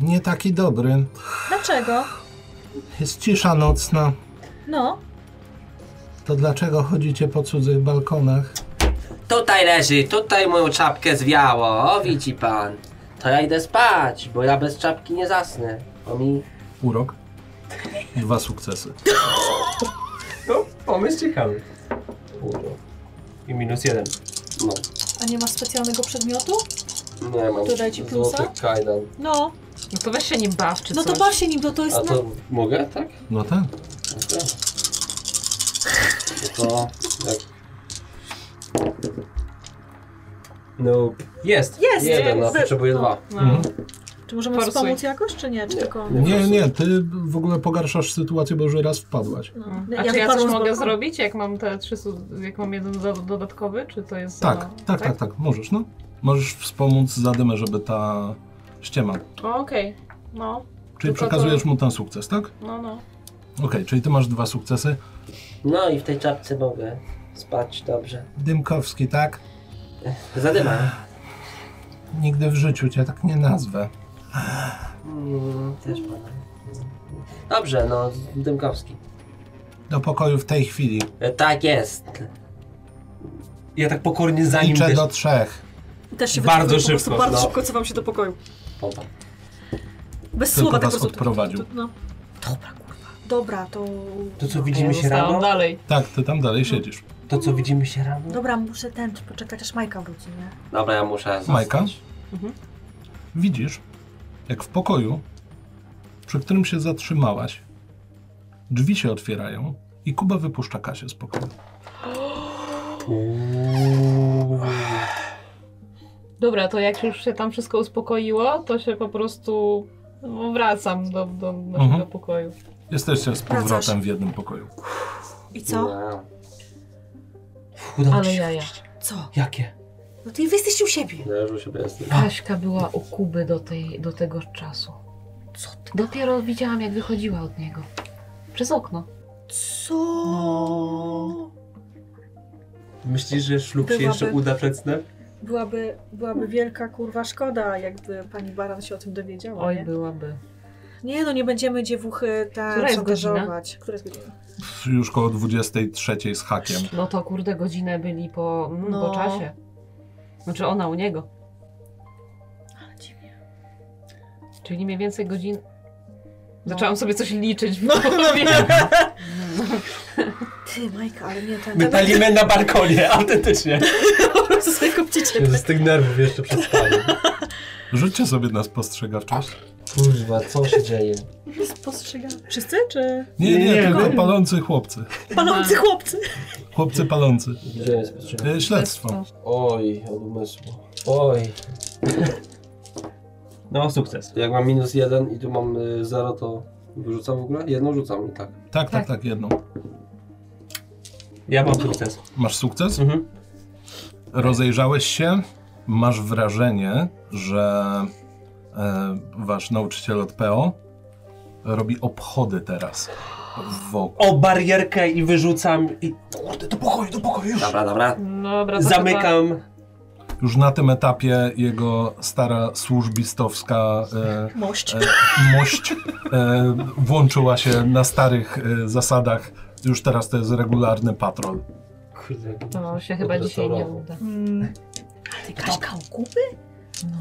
A: Nie taki dobry.
B: Dlaczego?
A: Jest cisza nocna.
B: No.
A: To dlaczego chodzicie po cudzych balkonach?
D: Tutaj leży, tutaj moją czapkę zwiało, o widzi pan. To ja idę spać, bo ja bez czapki nie zasnę. Bo mi...
A: Urok. Dwa sukcesy.
E: No, pomysł ciekawy. Kurde. I minus jeden.
D: No,
B: A nie masz specjalnego przedmiotu?
D: nie mam
B: To daj ci plusa?
D: złotych kajdan.
B: No.
C: No to weź się nim baw, czy
B: No
C: coś.
B: to baw się nim, to to
D: A
B: jest na...
D: to mogę, tak?
A: No tak.
D: Okej. No To jak
E: Nope. Jest.
B: Jest!
D: jeden, a
B: Ze-
D: potrzebuję
B: no.
D: dwa.
C: No.
E: Mhm.
B: Czy możemy
C: Forsuj.
B: wspomóc jakoś, czy nie? Czy
D: Nie.
B: tylko...
D: Nie.
A: Nie, nie, ty w ogóle pogarszasz sytuację, bo już raz wpadłaś.
B: No.
C: A czy Znaczy, ja
B: wypadłam
C: coś
B: z
C: mogę
B: balkonu.
C: zrobić, jak mam te trzy, su- jak mam jeden do, dodatkowy, czy to jest...
A: Tak,
C: no,
A: tak, tak, tak. Możesz, no. Możesz wspomóc Zadymę, żeby ta ściema.
C: O, Okej, no,
A: Czyli
C: Tylko to-
A: przekazujesz mu ten sukces, tak?
C: no, no.
A: Okej, czyli ty masz dwa sukcesy.
D: No i w tej czapce mogę spać dobrze.
A: Dymkowski, tak?
D: Zadyma.
A: Nigdy w życiu cię tak nie nazwę.
D: Mm, też pana. Dobrze, no, Dymkowski.
A: Do pokoju w tej chwili.
D: E, Tak jest.
E: Ja tak pokornie za nim
A: Liczę
E: też.
A: do trzech.
B: Też się
E: Bardzo
B: wycofuję, po
E: szybko,
B: prostu Bardzo
D: no.
B: szybko cofam się do pokoju.
D: Opa.
B: Bez
A: Tylko
B: słowa tak
A: was
B: po prostu.
A: odprowadził.
B: To- to- No. Dobra, kurwa. Dobra, to...
E: To co widzimy
C: Ja
E: się
C: zostałam
E: rano?
B: (gasps)
C: dalej.
A: Tak, ty tam dalej siedzisz.
E: To co widzimy się rano?
B: Dobra, muszę ten, poczekać aż Majka wróci, nie?
D: Dobra, ja muszę. zasnąć.
A: Majka?
C: Mhm.
A: Widzisz, jak w pokoju, przy którym się zatrzymałaś, drzwi się otwierają i Kuba wypuszcza Kasię z pokoju.
E: Uuu.
C: Dobra, to jak już się tam wszystko uspokoiło, to się po prostu no, wracam do, do naszego
A: Mhm.
C: pokoju.
A: Jesteście z
B: Wracasz.
A: powrotem w jednym pokoju.
B: I co?
D: No,
E: Udało
C: Ale
E: ci się
C: jaja.
E: wrócić.
B: Co?
E: Jakie?
B: No ty wy jesteście u siebie.
D: ja już u siebie jestem.
C: Kaśka była u Kuby do, tej, do tego czasu.
B: Co ty?
C: Dopiero widziałam, jak wychodziła od niego. Przez okno.
D: No.
B: Co?
E: Myślisz, że szlub się
B: Byłaby-
E: jeszcze uda przed snem?
B: Byłaby, byłaby wielka kurwa szkoda, jakby pani Baran się o tym dowiedziała.
C: Oj,
B: nie?
C: byłaby.
B: nie no, nie będziemy dziewuchy
C: Która
B: tak
C: jest godzina?
B: szantażować. Która jest godzina?
A: Pff, Już koło 23 z hakiem.
C: No to kurde, godzinę byli po, mm,
B: No.
C: po czasie. Znaczy ona u niego.
B: Ale dziwnie.
C: Czyli mniej więcej godzin. No. Zaczęłam sobie coś liczyć w (laughs) głowie.
B: Ty, Majka, ale nie ten.
E: My
B: (laughs)
E: palimy na balkonie, (laughs) autentycznie.
B: po prostu sobie kupcicie.
E: Z tych nerwów jeszcze przed spaniem.
A: Rzućcie sobie na spostrzegawczość.
D: Kurwa, co się dzieje?
B: Spostrzegamy. Wszyscy czy
A: Nie, nie,
E: Nie, nie,
A: tylko
E: nie.
A: palący chłopcy.
B: palący chłopcy?
A: Chłopcy palący.
D: Gdzie jest potrzebne?
A: E, Śledztwo.
D: Oj, od umysłu. Oj.
E: No, sukces.
D: Jak mam minus jeden i tu mam y, zero, to wyrzucam w ogóle? Jedną rzucam i tak.
A: Tak, tak, tak, jedną.
E: Ja mam sukces.
A: Masz sukces?
E: Mhm.
A: Rozejrzałeś się, masz wrażenie, że e, wasz nauczyciel od PO robi obchody teraz. wokół.
E: o barierkę i wyrzucam i kurde, do pokoju, do pokoju już.
D: Dobra, dobra.
C: Dobra, to chyba-
E: Zamykam.
A: Już na tym etapie jego stara służbistowska e,
B: Mość.
A: e, mość e, włączyła się na starych e, zasadach. Już teraz to jest regularny patrol.
E: Kurde,
C: To się chyba dzisiaj nie uda.
B: Mm. Ale Kaśka o kupy?
C: No.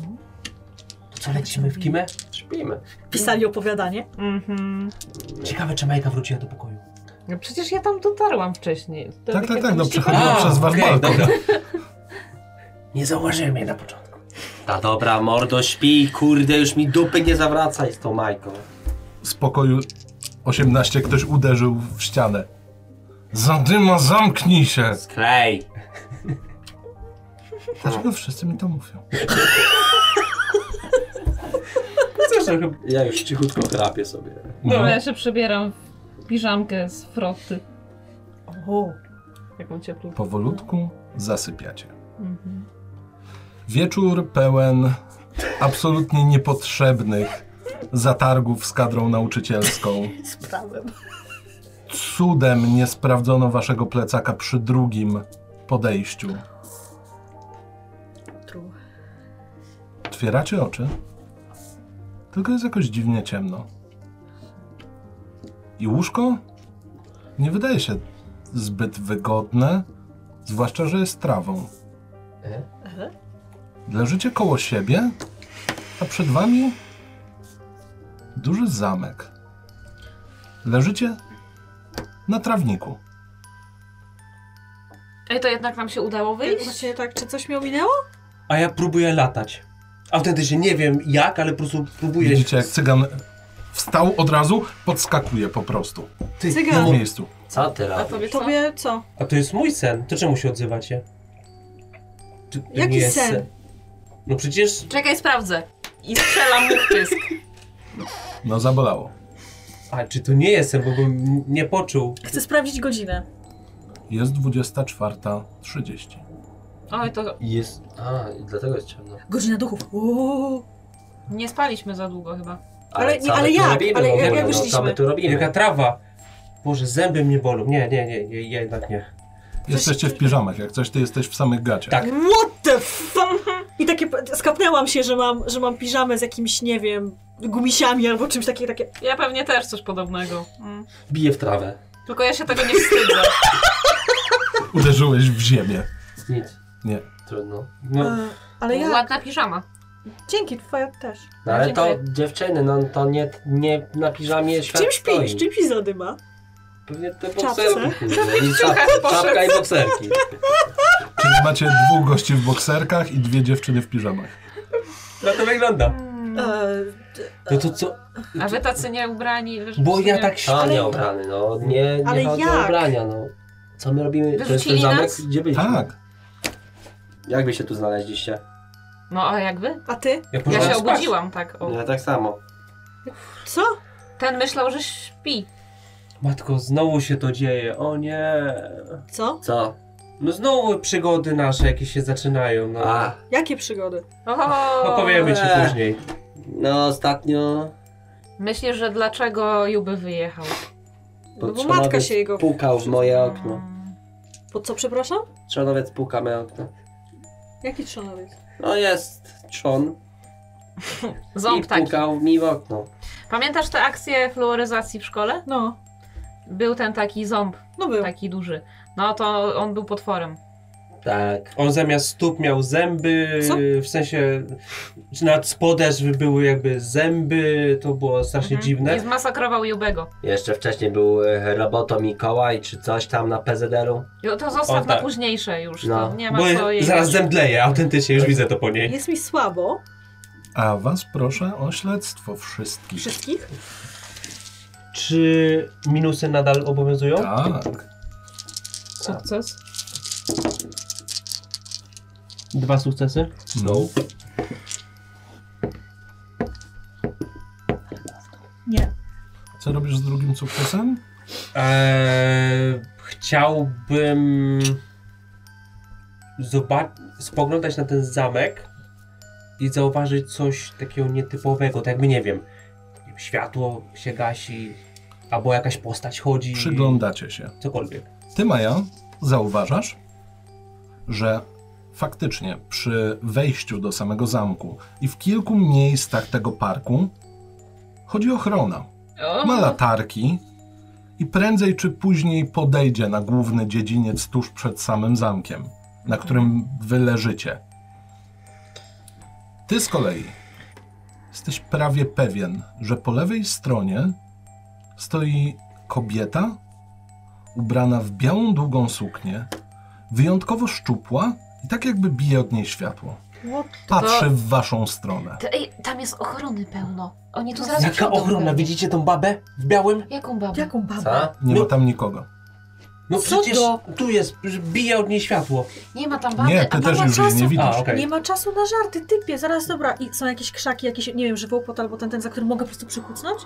E: To co, lecimy w kimę?
D: Śpimy.
B: Pisali opowiadanie.
C: Mhm.
E: Ciekawe, czy Majka wróciła do pokoju.
C: No przecież ja tam dotarłam wcześniej. Wtedy,
A: Tak, tak,
C: kiedy
A: tak, no
C: byliście
A: przechodziła
E: A,
A: przez wasz
E: okej,
A: balkon.
E: dobra. Nie zauważyłem jej na początku.
D: Ta dobra, mordo, śpi, kurde, już mi dupy nie zawracaj z tą Majką.
A: Z pokoju 18 ktoś uderzył w ścianę. Zadyma, zamknij się!
D: Sklej.
A: Dlaczego wszyscy mi to mówią?
E: Zresztą chyba
D: Ja już cichutko chrapię sobie.
A: Mhm.
C: Dobra, No, ja się przebieram w piżamkę z froty.
B: O.
C: Jaką ciepłą.
A: Powolutku zasypiacie.
C: Mhm.
A: Wieczór pełen absolutnie niepotrzebnych zatargów z kadrą nauczycielską.
B: Z prawem.
A: Cudem nie sprawdzono waszego plecaka przy drugim podejściu.
B: True.
A: Otwieracie oczy, tylko jest jakoś dziwnie ciemno. I łóżko nie wydaje się zbyt wygodne, zwłaszcza, że jest trawą.
B: Ehe.
A: Leżycie koło siebie, a przed wami duży zamek. Leżycie na trawniku.
C: Ej, to jednak nam się udało wyjść?
B: Właśnie tak, czy coś mi ominęło?
E: A ja próbuję latać. Autentycznie nie wiem jak, ale po prostu próbuję.
A: Widzicie, jak cygan wstał od razu, podskakuje po prostu
E: Ty,
B: Cygan.
A: w
E: no,
A: miejscu.
D: Co ty
C: A
D: robisz?
C: tobie co?
B: Tobie co?
E: A to jest mój sen. To czemu się odzywacie? To, to
B: Jaki
E: nie jest
B: sen?
E: No przecież
C: Czekaj, sprawdzę. I strzelam mu w pysk.
A: No zabolało.
E: A, czy to nie jestem, bo bym nie poczuł.
B: Chcę sprawdzić godzinę.
A: Jest 24.30.
C: Oj, to
D: Jest. A, i dlatego jest ciemno.
B: Godzina duchów. Uuu.
C: nie spaliśmy za długo chyba.
B: Ale nie-
D: co my
B: ale
D: tu
B: jak?
D: Robimy,
B: Ale
D: w ogóle,
B: jak- jak
D: no, Co my
B: wyszliśmy?
D: tu
E: Jaka
D: robimy?
E: trawa. Boże, zęby mnie bolą. Nie, nie, nie, nie jednak nie.
A: Jesteście w piżamach, jak coś ty jesteś w samych gaciach.
E: Tak.
B: What the fuck? I takie skapnęłam się, że mam, że mam piżamę z jakimiś, nie wiem, gumisiami albo czymś takiego. Takie.
C: Ja pewnie też coś podobnego. Mm.
D: Bije w trawę.
C: Tylko ja się tego nie wstydzę.
A: Uderzyłeś w ziemię.
D: Nic.
A: Nie.
D: Trudno.
E: No,
B: e, (laughs) Ale ja.
C: Ładna piżama.
B: Dzięki, twoja też.
D: No, ale to
C: Dziękuję.
D: dziewczyny, no to nie, nie na piżamie świat
B: Czym
D: stoi.
B: śpisz? Czym śpisz zadyma?
D: Pewnie te
B: czapce? (laughs)
D: bokserki. kurde, i
C: ciuchach
D: czapka-
C: poszedł.
D: Czapka i bokserki.
A: Czyli macie dwóch gości w bokserkach i dwie dziewczyny w piżamach.
E: na no to wygląda.
B: E,
E: No to co?
C: A wy tacy nie ubrani. Wiesz,
E: Bo
C: w
E: ja
C: sumie-
E: tak się...
D: To
B: (laughs) Ale-
D: nie ubrany, no. Nie, nie
B: Ale
D: chodzi o
B: jak?
D: ubrania, no. Co my robimy? To jest ten
C: Wyrzucili
D: zamek,
C: nas?
D: gdzie byliśmy?
A: Tak.
D: Jak wy się tu znaleźliście?
C: No a jak wy?
B: a ty?
E: Ja,
C: Ja
E: poszedłem
C: się
E: spać.
C: obudziłam tak. O.
D: Ja tak samo.
B: Co?
C: Ten myślał, że śpi.
E: Matko, znowu się to dzieje. O nie.
B: Co?
D: Co?
E: No znowu przygody nasze jakieś się zaczynają. No,
D: A,
B: Jakie przygody?
C: O,
E: Opowiemy ci
D: Eee.
E: później.
D: no ostatnio
C: Myślisz, że dlaczego Juby wyjechał?
B: No bo
D: Potrzebowy-
B: matka się jego.
D: pukał w moje okno.
B: Po co, przepraszam?
D: Trzonowiec puka moje okno.
B: Jaki trzonowiec?
D: No jest trzon i
C: Ząb taki.
D: pukał mi w okno.
C: Pamiętasz tę akcję fluoryzacji w szkole?
B: No,
C: Był ten taki ząb,
B: no był.
C: taki duży. No to on był potworem.
D: Tak.
E: On zamiast stóp miał zęby,
B: Co?
E: w sensie czy nad spodesz były jakby zęby, to było strasznie
C: Mhm.
E: dziwne.
C: I zmasakrował Jubego.
D: Jeszcze wcześniej był e, robotą Mikołaj czy coś tam na PZR-u.
C: Jo, To zostaw
E: O,
C: na
E: tak.
C: późniejsze już.
D: No.
C: To nie ma
E: Bo
C: co jej...
E: zaraz zemdleję, autentycznie już widzę to po niej.
B: Jest mi słabo.
A: A was proszę o śledztwo wszystkich.
B: Wszystkich?
E: Czy minusy nadal obowiązują?
A: Tak.
C: Sukces.
E: Dwa sukcesy.
A: No.
B: Nie.
A: Co robisz z drugim sukcesem?
E: Eee, chciałbym zobaczyć, spoglądać na ten zamek i zauważyć coś takiego nietypowego, tak jakby nie wiem, światło się gasi,
D: Albo jakaś postać chodzi.
A: Przyglądacie się.
D: Cokolwiek.
A: Ty, Maja, zauważasz, że faktycznie przy wejściu do samego zamku i w kilku miejscach tego parku chodzi ochrona.
C: O, no.
A: Ma latarki i prędzej czy później podejdzie na główny dziedziniec tuż przed samym zamkiem, na którym wy leżycie. Ty z kolei jesteś prawie pewien, że po lewej stronie stoi kobieta ubrana w białą długą suknię, wyjątkowo szczupła i tak jakby bije od niej światło. Patrzy w waszą stronę.
F: T- Ej, tam jest ochrony pełno. Oni tu
C: No,
F: zaraz
D: Jaka
F: przyjdą
D: ochrona,
F: pewnie.
D: widzicie tą babę w białym?
F: Jaką babę?
B: Jaką babę?
D: Co?
A: Nie ma
D: No,
A: tam nikogo.
D: no
C: Co
D: przecież
C: do-
D: tu jest, bije od niej światło.
C: Nie ma tam baby.
A: nie, ty
C: a
A: też
C: mama
A: już jej
C: czasu-
A: nie widzisz.
D: A, okej.
B: Nie ma czasu na żarty, typie, zaraz dobra. I są jakieś krzaki, jakieś, nie wiem, żywopłot albo ten, ten, za który mogę po prostu przykucnąć?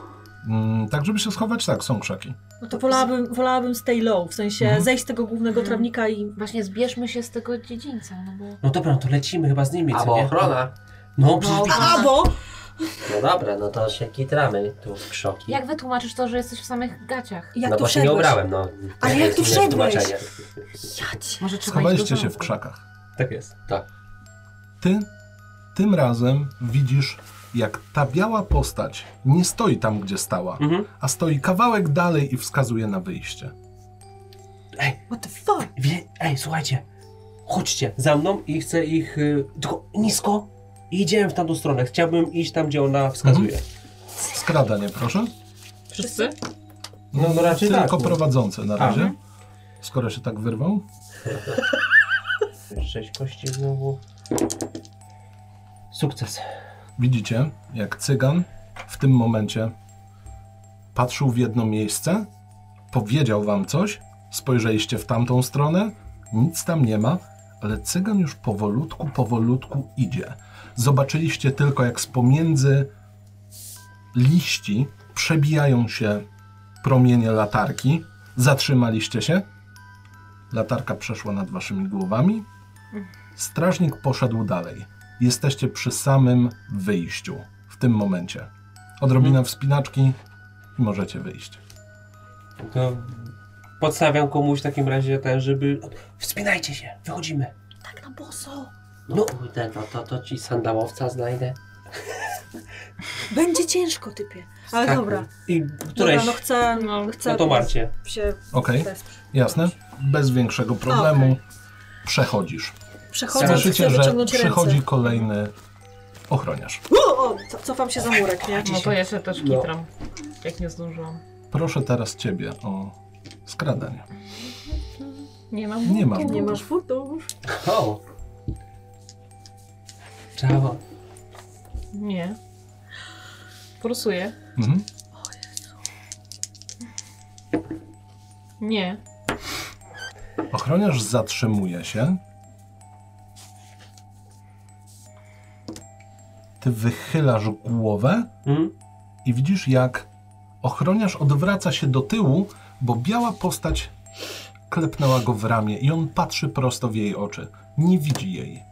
A: Mm, tak, żeby się schować, tak, są krzaki.
B: No to wolałabym, wolałabym stay low, w sensie
A: Mhm.
B: zejść z tego głównego
C: Mhm.
B: trawnika i...
F: Właśnie zbierzmy się z tego dziedzińca, no bo...
D: No dobra, no to lecimy chyba z nimi, co
G: Albo
D: nie?
G: ochrona.
D: No przecież...
B: A, bo
D: No dobra, no to się kitramy tu w krzoki.
F: Jak wytłumaczysz to, że jesteś w samych gaciach?
B: Jak
D: no
B: tu
D: bo się nie
B: wszedłeś?
D: ubrałem, no.
B: Ale jak
D: To jest
B: tu
D: nie
B: wszedłeś?
D: tłumaczenie.
F: Ja cię...
C: Może trzeba iść do
A: Schowaliście się w
C: zamku.
A: krzakach.
E: Tak jest.
A: Ty tym razem widzisz, jak ta biała postać nie stoi tam, gdzie stała,
E: Mhm.
A: a stoi kawałek dalej i wskazuje na wyjście.
B: What the fuck?
E: Wie, ej, słuchajcie, chodźcie za mną i chcę ich, y, tylko nisko i idziemy w tamtą stronę. Chciałbym iść tam, gdzie ona wskazuje.
A: Skradanie, proszę.
C: Wszyscy?
E: No, no raczej tak,
A: Tylko
E: no.
A: prowadzący na
E: A.
A: razie. Skoro się tak wyrwał.
E: Sześć kości znowu. Sukces.
A: Widzicie, jak cygan w tym momencie patrzył w jedno miejsce, powiedział wam coś, spojrzeliście w tamtą stronę, nic tam nie ma, ale cygan już powolutku, powolutku idzie. Zobaczyliście tylko, jak z pomiędzy liści przebijają się promienie latarki. Zatrzymaliście się. Latarka przeszła nad waszymi głowami. Strażnik poszedł dalej jesteście przy samym wyjściu w tym momencie. Odrobina
B: Mhm.
A: wspinaczki i możecie wyjść.
E: To podstawiam komuś w takim razie ten, żeby... Wspinajcie się, wychodzimy.
B: Tak na boso.
D: No kurde, no to, to ci sandałowca znajdę.
B: Będzie ciężko, typie. Ale
D: Tak.
B: dobra.
E: I
B: Dobra,
E: któreś,
B: no chcę,
C: No.
B: chcę
E: no to Marcie.
B: się
A: Okej,
B: wesprzeć.
A: jasne? Bez większego problemu
B: Okej.
A: przechodzisz.
B: Przechodzę,
A: Słyszycie,
B: chcę
A: że
B: wyciągnąć
A: przychodzi
B: ręce.
A: kolejny ochroniarz.
B: O, o, co- cofam się za murek, nie?
C: No to ja się też
E: No.
C: kitram, jak nie zdążyłam.
A: Proszę teraz ciebie o skradanie.
C: Nie mam
A: Nie masz
B: Nie
A: butów.
B: masz butów.
D: O! Brawo.
C: Nie. Forsuję.
A: Mhm.
C: Nie.
A: Ochroniarz zatrzymuje się. Ty wychylasz głowę
E: Mhm.
A: i widzisz, jak ochroniarz odwraca się do tyłu, bo biała postać klepnęła go w ramię i on patrzy prosto w jej oczy. Nie widzi jej.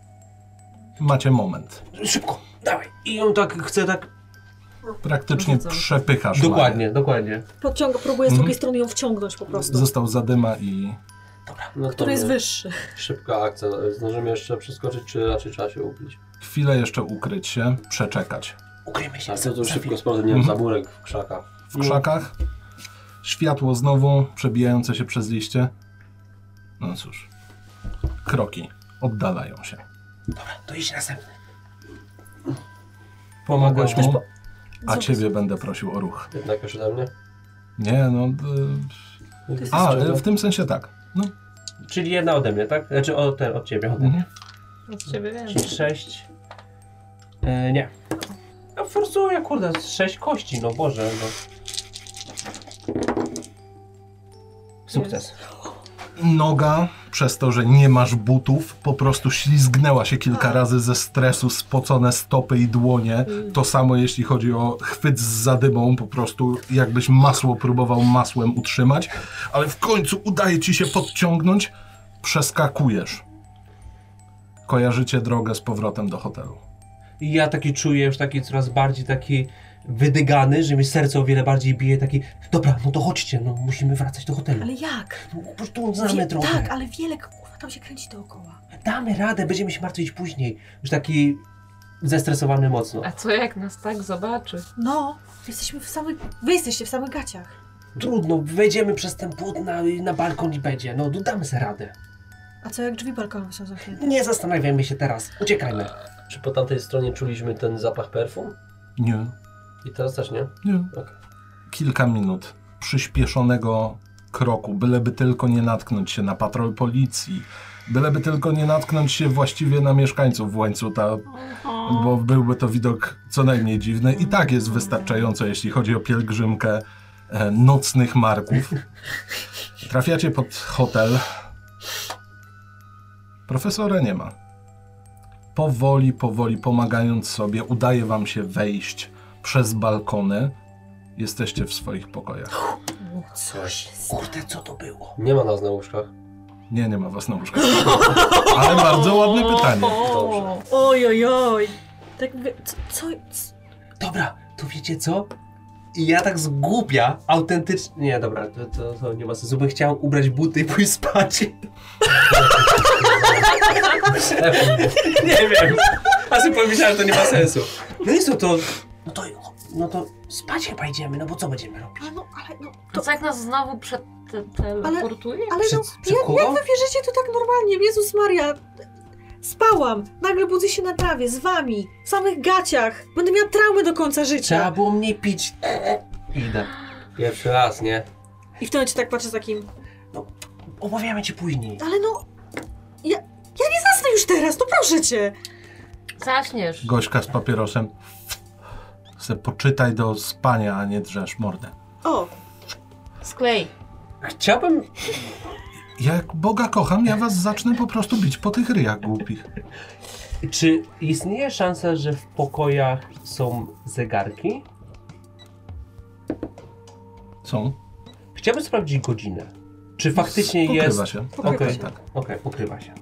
A: Macie moment.
E: Szybko, dawaj. I on tak chce tak...
A: Praktycznie
C: Wrzucam.
A: przepychasz
E: Dokładnie, dokładnie.
B: Podciąga, próbuję z
A: Mhm.
B: drugiej strony ją wciągnąć po
A: Maję.
B: prostu.
A: Został zadyma i
D: No to
B: Który jest
D: my-
B: wyższy.
G: Szybka akcja. Zdążymy jeszcze przeskoczyć, czy raczej trzeba się ubić? Tak,
A: chwilę jeszcze ukryć się, przeczekać.
E: Ukryjmy się.
G: A co tu
E: za-
G: szybko z powrotem, nie wiem,
E: Mhm.
G: zaburek w krzakach.
A: W krzakach światło znowu przebijające się przez liście. No cóż. Kroki oddalają się.
E: To idź następny.
A: Pomogłeś mu, a
B: Zobacz.
A: ciebie będę prosił o ruch.
G: Jednak już ode mnie.
A: Nie, no. d- A, w tym sensie tak. No,
E: Czyli jedna ode mnie, tak? Znaczy o, ten, od ciebie, ode mnie.
A: mhm.
C: Od ciebie wiem.
E: Czyli sześć. E, nie. A forsuję, kurde, z sześć kości, no Boże, no. Sukces.
A: Noga, przez to, że nie masz butów, po prostu ślizgnęła się kilka razy ze stresu, spocone stopy i dłonie. To samo jeśli chodzi o chwyt z zadymą, po prostu jakbyś masło próbował masłem utrzymać, ale w końcu udaje ci się podciągnąć, przeskakujesz. Kojarzycie drogę z powrotem do hotelu.
E: I ja taki czuję już taki coraz bardziej taki wydygany, że mi serce o wiele bardziej bije, taki, dobra, no to chodźcie, no musimy wracać do hotelu.
B: Ale jak?
E: No, po prostu odznamy
B: Wie-
E: drogę.
B: tak, ale wiele kurwa tam się kręci dookoła.
E: Damy radę, będziemy się martwić później. Już taki zestresowany mocno.
C: A co jak nas tak zobaczy?
B: No, jesteśmy w samych. Wy jesteście w samych gaciach.
E: Trudno, wejdziemy przez ten płot na, na balkon i będzie. No, damy sobie radę.
B: A co jak drzwi balkonowe są zamknięte?
E: Nie zastanawiajmy się teraz, uciekajmy.
G: Czy po tamtej stronie czuliśmy ten zapach perfum?
A: Nie,
G: I teraz też nie?
A: nie.
G: Okej.
A: Kilka minut przyspieszonego kroku, byleby tylko nie natknąć się na patrol policji, byleby tylko nie natknąć się właściwie na mieszkańców w łańcuta, bo byłby to widok co najmniej dziwny. I tak jest wystarczająco, jeśli chodzi o pielgrzymkę e, nocnych marków. Trafiacie pod hotel. Profesora nie ma. Powoli, powoli pomagając sobie, udaje wam się wejść przez balkony. Jesteście w swoich pokojach.
E: Coś. Kurde, co to było?
G: Nie ma nas na łóżkach.
A: Nie, nie ma was na łóżkach. Ale bardzo ładne pytanie.
G: Dobrze.
B: Oj, oj, oj. Tak, wie- co, co, c-
E: Dobra, to wiecie co? I ja tak zgłupia, autentycznie. Nie, dobra, to, to, to nie ma sensu. Bym chciał ubrać buty i pójść spać. (laughs) nie wiem. A sobie pomyślałem, że to nie ma sensu. No i co to? No to, no to spać chyba idziemy, no bo co będziemy robić?
B: ale no, ale no,
F: To co jak nas znowu przeteleportuje?
B: ale no,
E: Przed- przed
B: jak,
E: kogo?
B: jak wy wierzycie to tak normalnie? Jezus Maria, spałam, nagle budzę się na trawie, z wami, w samych gaciach, będę miała traumy do końca
E: Trzeba
B: życia.
E: było mnie pić. Idę.
G: Pierwszy raz, nie?
B: I w tym momencie tak patrzę z takim,
E: Omawiamy ci później.
B: ale no, ja, ja nie zasnę już teraz, no proszę cię.
C: Zaśniesz.
A: Gośka z papierosem. Se poczytaj do spania, a nie drzesz mordę.
B: O,
C: Sklej.
E: Chciałbym
A: Jak Boga kocham, ja was zacznę po prostu bić po tych ryjach głupich.
E: Czy istnieje szansa, że w pokojach są zegarki?
A: Są.
E: Chciałbym sprawdzić godzinę. Czy faktycznie
A: Pokrywa
E: jest.
A: się.
B: Pokrywa
E: Okej.
B: się.
A: Tak.
E: Okej, pokrywa się.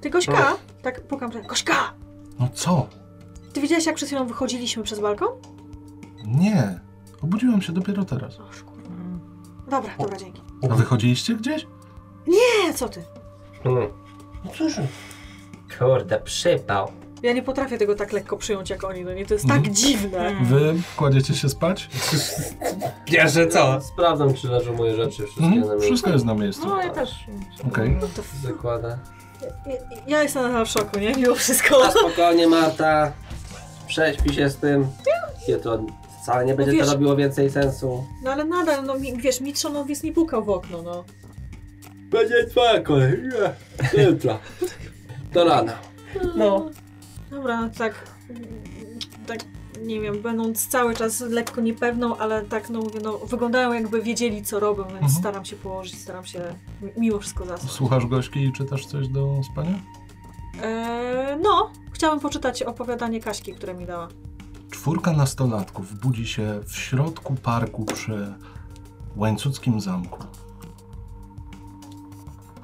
B: Ty Gośka, tak pukam, tak, Gośka,
A: No co?
B: ty widziałeś jak przed chwilą wychodziliśmy przez balkon?
A: Nie. Obudziłem się dopiero teraz.
B: Dobra, dobra, dzięki.
A: A wychodziliście gdzieś?
B: Nie, co ty?
G: Hmm.
E: No cóż,
D: Kurde, przypał.
B: Ja nie potrafię tego tak lekko przyjąć jak oni, no nie, to jest
A: Mhm.
B: tak dziwne.
C: Mm.
A: Wy kładziecie się spać?
E: pierwsze co?
G: Sprawdzam, czy leżą moje rzeczy wszystkie na
A: Mhm.
G: miejscu.
A: Wszystko jest na miejscu.
C: No ja też.
A: Okej.
B: No to f-
G: Zakładę.
B: ja- ja jestem nadal w szoku, nie? Mimo wszystko.
A: (laughs)
D: A spokojnie, Marta. Prześpi się z tym. Nie, to wcale nie będzie
B: Wiesz-
D: to robiło więcej sensu.
B: No ale nadal, no mi, wiesz, Mitrzonowiec nie pukał w okno, no.
G: Będzie twoja kolej. Nie, Jutro. Do rana.
E: No.
B: Dobra, tak, mm, tak, nie wiem, będąc cały czas lekko niepewną, ale tak, no mówię, no wyglądają jakby wiedzieli co robią, więc
A: Mhm.
B: staram się położyć, staram się mi- mimo wszystko zasnąć.
A: Słuchasz gośki i czytasz coś do spania?
B: Eee, no, chciałabym poczytać opowiadanie Kaśki, które mi dała.
A: Czwórka nastolatków budzi się w środku parku przy Łańcuckim Zamku.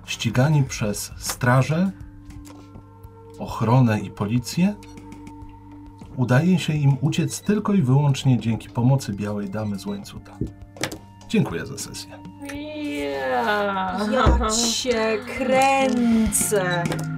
A: Ścigani przez straże, ochronę i policję, udaje się im uciec tylko i wyłącznie dzięki pomocy Białej Damy z Łańcuta. Dziękuję za sesję.
C: Yeah.
B: Ja cię kręcę!